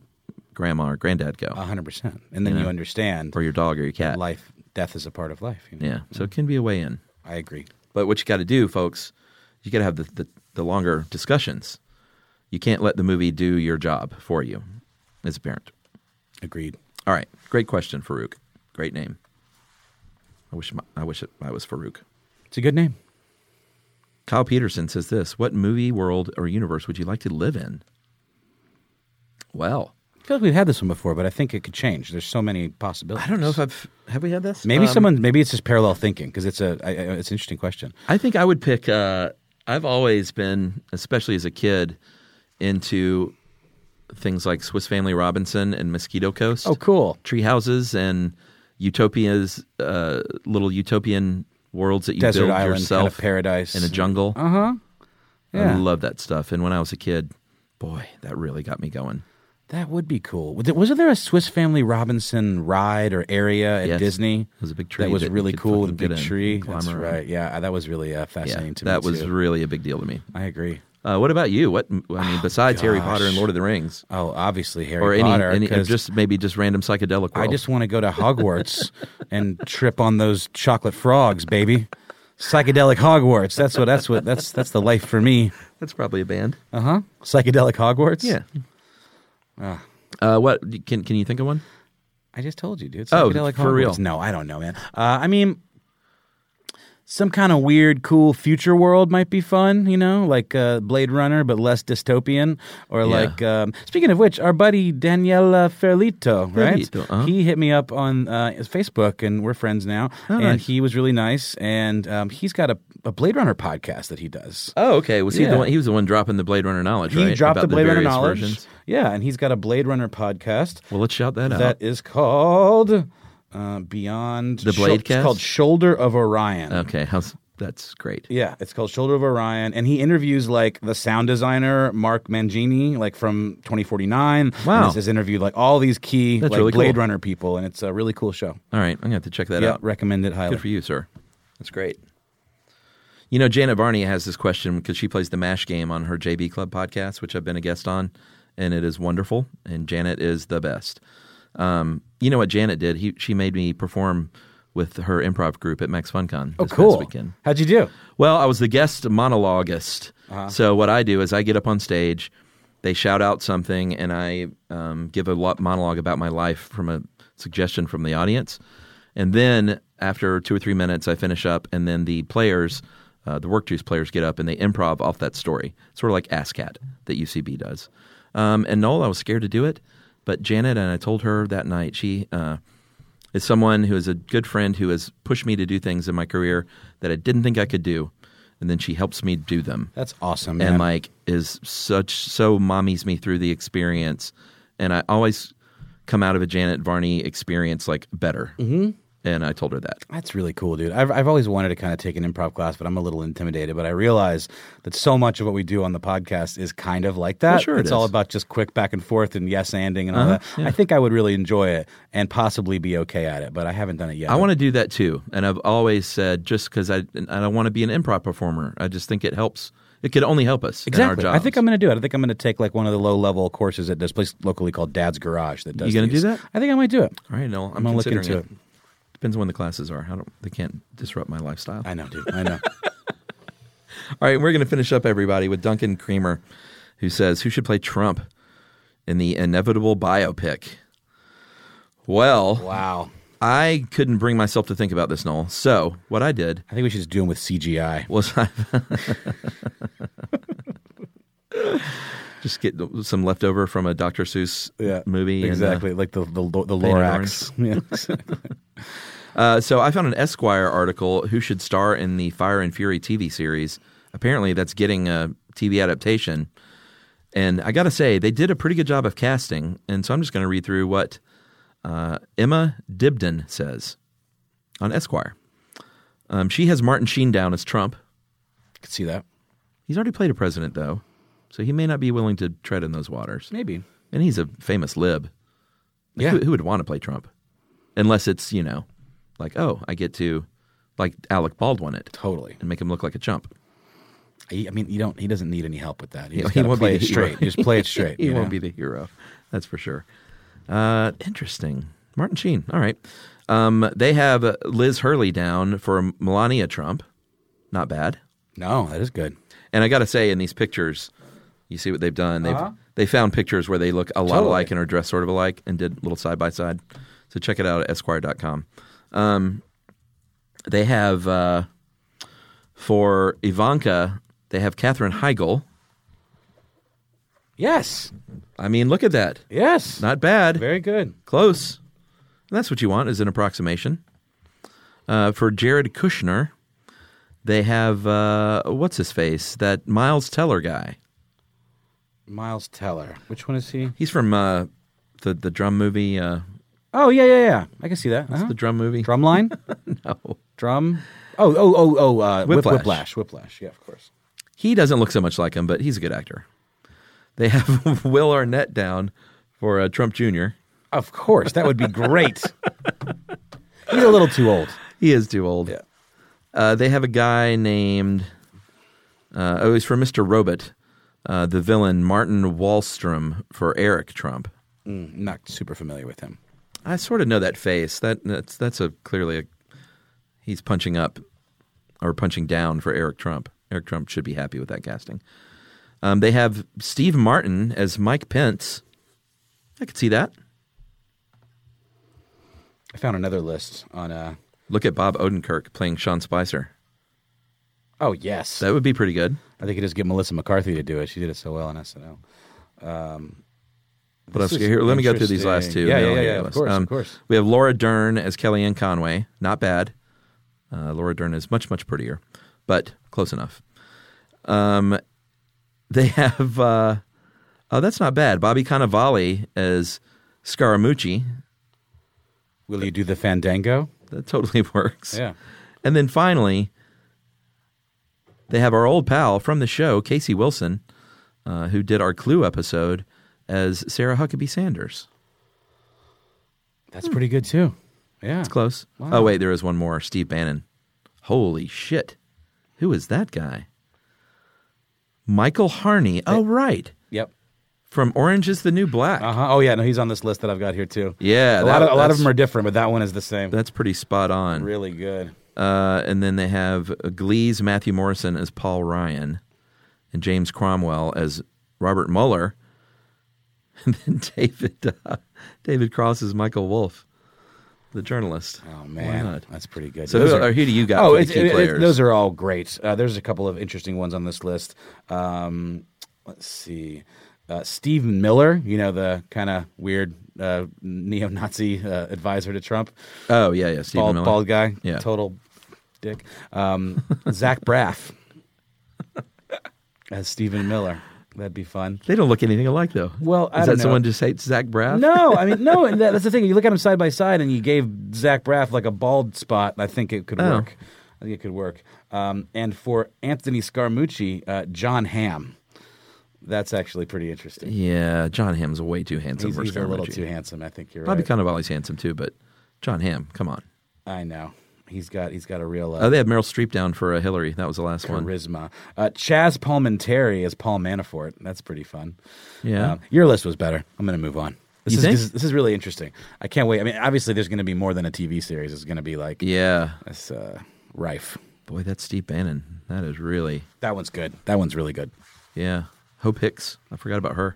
[SPEAKER 4] Grandma or Granddad go,
[SPEAKER 3] hundred percent. And then you understand
[SPEAKER 4] or your dog or your cat.
[SPEAKER 3] life, death is a part of life. You know?
[SPEAKER 4] Yeah, so it can be a way in.
[SPEAKER 3] I agree.
[SPEAKER 4] But what you got to do, folks, you got to have the, the, the longer discussions. You can't let the movie do your job for you as a parent.
[SPEAKER 3] Agreed.
[SPEAKER 4] All right, great question, Farouk. Great name. I wish my, I wish it, I was Farouk.
[SPEAKER 3] It's a good name.
[SPEAKER 4] Kyle Peterson says this: What movie, world, or universe would you like to live in? Well,
[SPEAKER 3] I feel like we've had this one before, but I think it could change. There's so many possibilities.
[SPEAKER 4] I don't know if I've have we had this.
[SPEAKER 3] Maybe
[SPEAKER 4] Um,
[SPEAKER 3] someone. Maybe it's just parallel thinking because it's a. I, I, it's an interesting question.
[SPEAKER 4] I think I would pick. Uh, I've always been, especially as a kid, into things like Swiss Family Robinson and Mosquito Coast.
[SPEAKER 3] Oh, cool.
[SPEAKER 4] Tree houses and utopias, uh, little utopian worlds that you
[SPEAKER 3] Desert
[SPEAKER 4] build
[SPEAKER 3] island,
[SPEAKER 4] yourself
[SPEAKER 3] kind of paradise
[SPEAKER 4] in a jungle.
[SPEAKER 3] Uh huh.
[SPEAKER 4] I
[SPEAKER 3] Yeah,
[SPEAKER 4] love that stuff. And when I was a kid, boy, that really got me going.
[SPEAKER 3] that would be cool. Was it- Wasn't there a Swiss Family Robinson ride or area at
[SPEAKER 4] Yes.
[SPEAKER 3] Disney?
[SPEAKER 4] It was a big tree
[SPEAKER 3] That was
[SPEAKER 4] that you
[SPEAKER 3] really
[SPEAKER 4] could
[SPEAKER 3] cool. The
[SPEAKER 4] fucking get
[SPEAKER 3] big
[SPEAKER 4] in
[SPEAKER 3] tree.
[SPEAKER 4] and climb
[SPEAKER 3] That's
[SPEAKER 4] around.
[SPEAKER 3] right. Yeah, that was really uh, fascinating
[SPEAKER 4] Yeah,
[SPEAKER 3] to me.
[SPEAKER 4] that was
[SPEAKER 3] too.
[SPEAKER 4] really a big deal to me.
[SPEAKER 3] I agree.
[SPEAKER 4] Uh, what about you? What I mean, besides Harry Potter and Lord of the Rings,
[SPEAKER 3] Oh, obviously Harry
[SPEAKER 4] or any,
[SPEAKER 3] Potter.
[SPEAKER 4] any or
[SPEAKER 3] 'cause
[SPEAKER 4] just maybe just random psychedelic. World.
[SPEAKER 3] I just want to go to Hogwarts and trip on those chocolate frogs, baby. Psychedelic Hogwarts. That's what. That's what. That's that's the life for me.
[SPEAKER 4] that's probably a band.
[SPEAKER 3] Uh huh. Psychedelic Hogwarts.
[SPEAKER 4] Yeah. Uh, what can can you think of one?
[SPEAKER 3] I just told you, dude.
[SPEAKER 4] Oh,
[SPEAKER 3] Psychedelic
[SPEAKER 4] for real?
[SPEAKER 3] Hogwarts. No, I don't know, man. Uh, I mean, some kind of weird, cool future world might be fun, you know, like uh, Blade Runner, but less dystopian. Or
[SPEAKER 4] Yeah.
[SPEAKER 3] like, um, speaking of which, our buddy Daniela Ferlito, right?
[SPEAKER 4] Ferlito, uh-huh.
[SPEAKER 3] He hit me up on uh, Facebook, and we're friends now. and
[SPEAKER 4] Oh, nice.
[SPEAKER 3] he was really nice, and um, he's got a, a Blade Runner podcast that he does.
[SPEAKER 4] Oh, okay. Was he
[SPEAKER 3] Yeah.
[SPEAKER 4] the one? He was the one dropping the Blade Runner knowledge.
[SPEAKER 3] He
[SPEAKER 4] right?
[SPEAKER 3] dropped
[SPEAKER 4] About
[SPEAKER 3] the Blade Runner
[SPEAKER 4] various
[SPEAKER 3] knowledge.
[SPEAKER 4] versions?
[SPEAKER 3] Yeah, and he's got a Blade Runner podcast.
[SPEAKER 4] Well, let's shout that,
[SPEAKER 3] That
[SPEAKER 4] out.
[SPEAKER 3] is called uh, Beyond
[SPEAKER 4] The Blade
[SPEAKER 3] It's
[SPEAKER 4] Cast?
[SPEAKER 3] called Shoulder of Orion.
[SPEAKER 4] Okay, how's that's great.
[SPEAKER 3] Yeah, it's called Shoulder of Orion, and he interviews like the sound designer Mark Mangini, like from 2049.
[SPEAKER 4] Wow.
[SPEAKER 3] and has interviewed like all these key
[SPEAKER 4] That's
[SPEAKER 3] like
[SPEAKER 4] really
[SPEAKER 3] Blade
[SPEAKER 4] cool.
[SPEAKER 3] Runner people, and it's a really cool show.
[SPEAKER 4] All right, I'm gonna have to check that
[SPEAKER 3] Yeah,
[SPEAKER 4] out.
[SPEAKER 3] recommend it highly.
[SPEAKER 4] Good for you, sir. That's great. You know, Janet Varney has this question because she plays the MASH game on her JB Club podcast, which I've been a guest on, and it is wonderful. And Janet is the best. Um, you know what Janet did? He, she made me perform with her improv group at Max FunCon
[SPEAKER 3] Oh,
[SPEAKER 4] this
[SPEAKER 3] cool.
[SPEAKER 4] past weekend.
[SPEAKER 3] How'd you do?
[SPEAKER 4] Well, I was the guest monologuist. So what I do is I get up on stage, they shout out something, and I um, give a lot monologue about my life from a suggestion from the audience. And then after two or three minutes, I finish up, and then the players, uh, the work juice players, get up and they improv off that story, sort of like ASCAT that UCB does. Um, and Noel, I was scared to do it, but Janet and I told her that night she. Uh, is someone who is a good friend who has pushed me to do things in my career that I didn't think I could do, and then she helps me do them.
[SPEAKER 3] That's awesome, man.
[SPEAKER 4] and like is such so mommies me through the experience, and I always come out of a Janet Varney experience like better. Mm-hmm. And I told her that.
[SPEAKER 3] That's really cool, dude. I've, I've always wanted to kind of take an improv class, but I'm a little intimidated. But I realize that so much of what we do on the podcast is kind of like that.
[SPEAKER 4] Well, sure it
[SPEAKER 3] it's all
[SPEAKER 4] is. Uh-huh,
[SPEAKER 3] about just quick back and forth and yes anding and all that. I think I would really enjoy it and possibly be okay at it, but I haven't done it yet.
[SPEAKER 4] I want to do that too, and I've always said just because I and I want to be an improv performer. I just think it helps. It could only help us
[SPEAKER 3] exactly.
[SPEAKER 4] in our jobs.
[SPEAKER 3] I think I'm going to do it. I think I'm going to take like one of the low level courses at this place locally called Dad's Garage. That does.
[SPEAKER 4] You gonna do
[SPEAKER 3] these.
[SPEAKER 4] that?
[SPEAKER 3] I think I might do it.
[SPEAKER 4] All right, Noel,
[SPEAKER 3] I'm
[SPEAKER 4] I'm,
[SPEAKER 3] gonna look
[SPEAKER 4] considering
[SPEAKER 3] into
[SPEAKER 4] it. Depends on when the classes are. I don't. They can't disrupt my lifestyle.
[SPEAKER 3] I know, dude. I know.
[SPEAKER 4] All right, we're going to finish up everybody with Duncan Creamer, who says, Who should play Trump in the inevitable biopic? Well,
[SPEAKER 3] Wow.
[SPEAKER 4] I couldn't bring myself to think about this, Noel. So what I did
[SPEAKER 3] I think we should just do them with CGI.
[SPEAKER 4] was I just get some leftover from a Dr. Seuss movie. and, uh,
[SPEAKER 3] Exactly. like the the, the
[SPEAKER 4] Lorax.
[SPEAKER 3] Lorax. Yeah.
[SPEAKER 4] Uh, so I found an Esquire article who should star in the Fire and Fury TV series. Apparently, that's getting a TV adaptation. And I got to say, they did a pretty good job of casting. And so I'm just going to read through what uh, Emma Dibden says on Esquire. Um, she has Martin Sheen down as Trump.
[SPEAKER 3] Could see that.
[SPEAKER 4] He's already played a president, though. So he may not be willing to tread in those waters.
[SPEAKER 3] Maybe.
[SPEAKER 4] And he's a famous lib. Like,
[SPEAKER 3] Yeah.
[SPEAKER 4] Who, who would want to play Trump? Unless it's, you know, like, oh, I get to, like, Alec Baldwin it
[SPEAKER 3] Totally.
[SPEAKER 4] and make him look like a chump.
[SPEAKER 3] I, I mean, you don't. He doesn't need any help with that. He,
[SPEAKER 4] Yeah,
[SPEAKER 3] just
[SPEAKER 4] he
[SPEAKER 3] gotta
[SPEAKER 4] won't be
[SPEAKER 3] play
[SPEAKER 4] the
[SPEAKER 3] it
[SPEAKER 4] hero.
[SPEAKER 3] straight. Just play it straight.
[SPEAKER 4] He
[SPEAKER 3] you
[SPEAKER 4] won't
[SPEAKER 3] know?
[SPEAKER 4] be the hero. That's for sure. Uh, interesting. Martin Sheen. All right. Um, they have Liz Hurley down for Melania Trump. Not bad.
[SPEAKER 3] No, that is good.
[SPEAKER 4] And I got to say, in these pictures, you see what they've done. They've they found pictures where they look a lot
[SPEAKER 3] Uh-huh. Totally.
[SPEAKER 4] alike and are dressed sort of alike, and did little side by side. So check it out at Esquire.com. Um, they have uh, for Ivanka, they have Katherine Heigl.
[SPEAKER 3] Yes.
[SPEAKER 4] I mean, look at that.
[SPEAKER 3] Yes.
[SPEAKER 4] Not bad.
[SPEAKER 3] Very good.
[SPEAKER 4] Close. And that's what you want is an approximation. Uh, for Jared Kushner, they have uh, what's his face? That Miles Teller guy.
[SPEAKER 3] Miles Teller. Which one is he?
[SPEAKER 4] He's from uh, the the drum movie. Uh,
[SPEAKER 3] Oh yeah, yeah, yeah. I can see that.
[SPEAKER 4] what's
[SPEAKER 3] Uh-huh.
[SPEAKER 4] the drum movie?
[SPEAKER 3] Drumline.
[SPEAKER 4] No,
[SPEAKER 3] Drum. Oh, oh, oh, oh. Uh, Whip-
[SPEAKER 4] Whiplash.
[SPEAKER 3] Whiplash. Whiplash. Yeah, of course.
[SPEAKER 4] he doesn't look so much like him, but he's a good actor. They have Will Arnett down for uh, Trump Jr.
[SPEAKER 3] Of course, that would be great. He's a little too old.
[SPEAKER 4] He is too old.
[SPEAKER 3] Yeah.
[SPEAKER 4] Uh, they have a guy named uh, oh, he's from Mr. Robot, uh, the villain Martin Wallstrom for Eric Trump.
[SPEAKER 3] Mm, not super familiar with him.
[SPEAKER 4] I sort of know that face. That that's that's a clearly a he's punching up or punching down for Eric Trump. Eric Trump should be happy with that casting. Um, they have Steve Martin as Mike Pence. I could see that.
[SPEAKER 3] I found another list on. Uh,
[SPEAKER 4] Look at Bob Odenkirk playing Sean Spicer.
[SPEAKER 3] oh yes,
[SPEAKER 4] That would be pretty good.
[SPEAKER 3] I think you just get Melissa McCarthy to do it. She did it so well on SNL.
[SPEAKER 4] But
[SPEAKER 3] This
[SPEAKER 4] else?
[SPEAKER 3] is
[SPEAKER 4] Here, let me go through these last
[SPEAKER 3] interesting.
[SPEAKER 4] two.
[SPEAKER 3] Yeah,
[SPEAKER 4] and then
[SPEAKER 3] yeah,
[SPEAKER 4] I'll
[SPEAKER 3] yeah,
[SPEAKER 4] give you
[SPEAKER 3] of
[SPEAKER 4] a list.
[SPEAKER 3] course, of course.
[SPEAKER 4] We have Laura Dern as Kellyanne Conway. Not bad. Uh, Laura Dern is much, much prettier, but close enough. Um, they have, uh, oh, that's not bad. Bobby Cannavale as Scaramucci.
[SPEAKER 3] Will you do the Fandango?
[SPEAKER 4] That totally works. And then finally, they have our old pal from the show, Casey Wilson, uh, who did our Clue episode as Sarah Huckabee Sanders.
[SPEAKER 3] that's pretty good too. Yeah,
[SPEAKER 4] It's close. Oh wait, there is one more. Steve Bannon. Holy shit! Who is that guy? Michael Harney. Oh right,
[SPEAKER 3] Yep.
[SPEAKER 4] from Orange Is the New Black.
[SPEAKER 3] Uh huh. Oh yeah, no, he's on this list that I've got here too.
[SPEAKER 4] Yeah,
[SPEAKER 3] a
[SPEAKER 4] that-
[SPEAKER 3] lot of a lot of
[SPEAKER 4] that's-
[SPEAKER 3] them are different, but that one is the same.
[SPEAKER 4] That's pretty spot on.
[SPEAKER 3] Really good.
[SPEAKER 4] Uh, and then they have Glee's Matthew Morrison as Paul Ryan, and James Cromwell as Robert Mueller, and then David uh, David Cross as Michael Wolf, the journalist.
[SPEAKER 3] Oh
[SPEAKER 4] Why
[SPEAKER 3] man,
[SPEAKER 4] not?
[SPEAKER 3] that's pretty good.
[SPEAKER 4] So
[SPEAKER 3] Those
[SPEAKER 4] who, are, who do you got?
[SPEAKER 3] oh,
[SPEAKER 4] for the
[SPEAKER 3] it's-
[SPEAKER 4] key
[SPEAKER 3] it- it-
[SPEAKER 4] players?
[SPEAKER 3] those are all great. Uh, there's a couple of interesting ones on this list. Um, let's see. Uh, Steve Miller, you know, the kind of weird uh, neo Nazi uh, advisor to Trump,
[SPEAKER 4] oh yeah, yeah. Stephen
[SPEAKER 3] bald,
[SPEAKER 4] Miller.
[SPEAKER 3] bald guy,
[SPEAKER 4] Yeah.
[SPEAKER 3] total dick. Um, Zach Braff as Stephen Miller. That'd be fun.
[SPEAKER 4] They don't look anything alike, though.
[SPEAKER 3] Well,
[SPEAKER 4] is
[SPEAKER 3] I
[SPEAKER 4] that
[SPEAKER 3] don't know.
[SPEAKER 4] someone just hates Zach Braff?
[SPEAKER 3] No, I mean no, and that, that's the thing. You look at him side by side, and you gave Zach Braff like a bald spot. I think it could
[SPEAKER 4] Oh.
[SPEAKER 3] work. I think it could work. Um, and for Anthony Scaramucci, uh, John Hamm. That's actually pretty interesting.
[SPEAKER 4] Yeah, John Hamm's way too handsome.
[SPEAKER 3] He's,
[SPEAKER 4] for
[SPEAKER 3] he's a
[SPEAKER 4] Scaramucci.
[SPEAKER 3] little too handsome. I think you're
[SPEAKER 4] Bobby
[SPEAKER 3] right.
[SPEAKER 4] Cannavale's handsome too, but John Hamm, come on.
[SPEAKER 3] I know. He's got he's got a real
[SPEAKER 4] Oh,
[SPEAKER 3] uh,
[SPEAKER 4] they have Meryl Streep down for uh, Hillary. That was the last one.
[SPEAKER 3] charisma. Uh, Chaz Palminteri as Paul Manafort. That's pretty fun.
[SPEAKER 4] Yeah.
[SPEAKER 3] Um, your list was better. I'm going to move on. This
[SPEAKER 4] You
[SPEAKER 3] is,
[SPEAKER 4] think?
[SPEAKER 3] this is this is really interesting. I can't wait. I mean, obviously, there's going to be more than a TV series. It's going to be like
[SPEAKER 4] Yeah,
[SPEAKER 3] That's uh, rife.
[SPEAKER 4] boy, that's Steve Bannon. That is really.
[SPEAKER 3] That one's good. That one's really good.
[SPEAKER 4] Yeah, Hope Hicks. I forgot about her.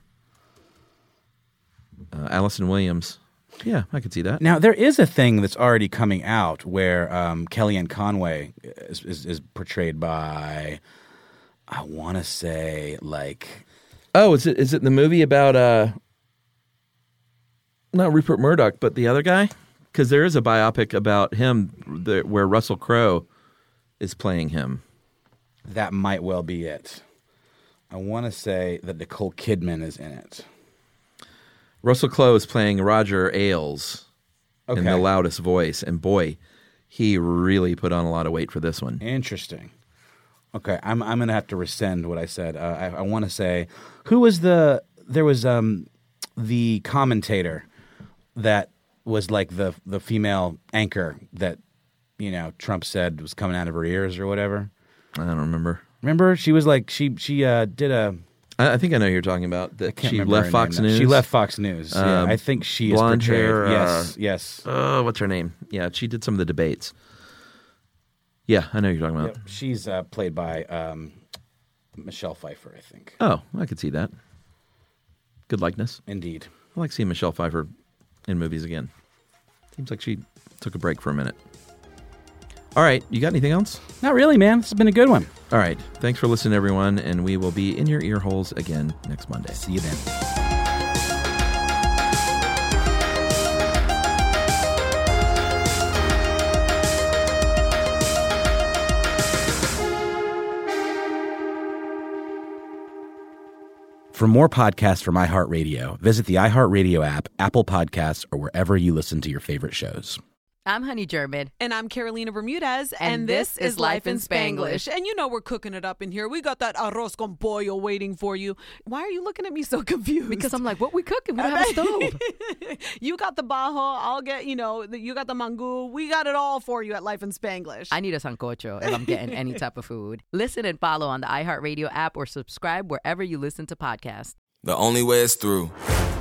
[SPEAKER 4] Uh, Allison Williams. Yeah, I could see that.
[SPEAKER 3] Now there is a thing that's already coming out where um, Kellyanne Conway is, is, is portrayed by, I want to say like
[SPEAKER 4] Oh, is it is it the movie about uh not Rupert Murdoch, but the other guy? Because there is a biopic about him that, where Russell Crowe is playing him.
[SPEAKER 3] that might well be it. I want to say that Nicole Kidman is in it.
[SPEAKER 4] Russell Crowe is playing Roger Ailes in
[SPEAKER 3] Okay.
[SPEAKER 4] the loudest voice, and boy, he really put on a lot of weight for this one.
[SPEAKER 3] Interesting. Okay, I'm I'm gonna have to rescind what I said. Uh, I, I want to say who was the there was um the commentator that was like the the female anchor that you know Trump said was coming out of her ears or whatever.
[SPEAKER 4] I don't remember.
[SPEAKER 3] Remember, she was like she she uh, did a
[SPEAKER 4] I, I think I know who you're talking about. That
[SPEAKER 3] can't
[SPEAKER 4] she
[SPEAKER 3] remember
[SPEAKER 4] left
[SPEAKER 3] her
[SPEAKER 4] Fox
[SPEAKER 3] name now.
[SPEAKER 4] News.
[SPEAKER 3] She left Fox News. yeah,
[SPEAKER 4] Um,
[SPEAKER 3] I think she
[SPEAKER 4] blonde
[SPEAKER 3] is portrayed.
[SPEAKER 4] hair,
[SPEAKER 3] yes,
[SPEAKER 4] uh,
[SPEAKER 3] yes.
[SPEAKER 4] Oh, what's her name? Yeah, she did some of the debates. Yeah, I know who you're talking about.
[SPEAKER 3] She's uh, played by um, Michelle Pfeiffer, I think.
[SPEAKER 4] Oh, I could see that. Good likeness.
[SPEAKER 3] Indeed.
[SPEAKER 4] I like seeing Michelle Pfeiffer in movies again. Seems like she took a break for a minute. All right, you got anything else?
[SPEAKER 3] Not really, man. This has been a good one.
[SPEAKER 4] All right, thanks for listening, everyone, and we will be in your ear holes again next Monday.
[SPEAKER 3] See you then. For more podcasts from iHeartRadio, visit the iHeartRadio app, Apple Podcasts, or wherever you listen to your favorite shows.
[SPEAKER 7] I'm Honey German.
[SPEAKER 8] And I'm Carolina Bermudez,
[SPEAKER 7] And this is Life in Spanglish.
[SPEAKER 8] And you know we're cooking it up in here. We got that arroz con pollo waiting for you. Why are you looking at me so confused?
[SPEAKER 7] Because I'm like, what we cooking? We don't have a stove.
[SPEAKER 8] you got the bajo. I'll get you know. the- You got the mango. We got it all for you at Life in Spanglish.
[SPEAKER 7] I need a sancocho if I'm getting any type of food. Listen and follow on the iHeartRadio app or subscribe wherever you listen to podcasts.
[SPEAKER 9] The Only Way is Through,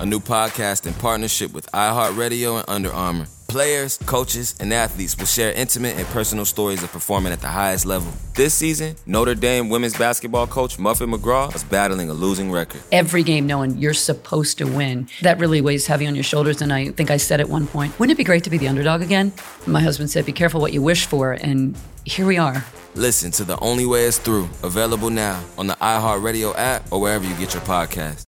[SPEAKER 9] a new podcast in partnership with iHeartRadio and Under Armour. Players, coaches, and athletes will share intimate and personal stories of performing at the highest level. This season, Notre Dame women's basketball coach Muffin McGraw is battling a losing record.
[SPEAKER 10] every game knowing you're supposed to win. That really weighs heavy on your shoulders. And I think I said at one point, wouldn't it be great to be the underdog again? My husband said, be careful what you wish for. And here we are.
[SPEAKER 9] Listen to The Only Way is Through, available now on the iHeartRadio app or wherever you get your podcast.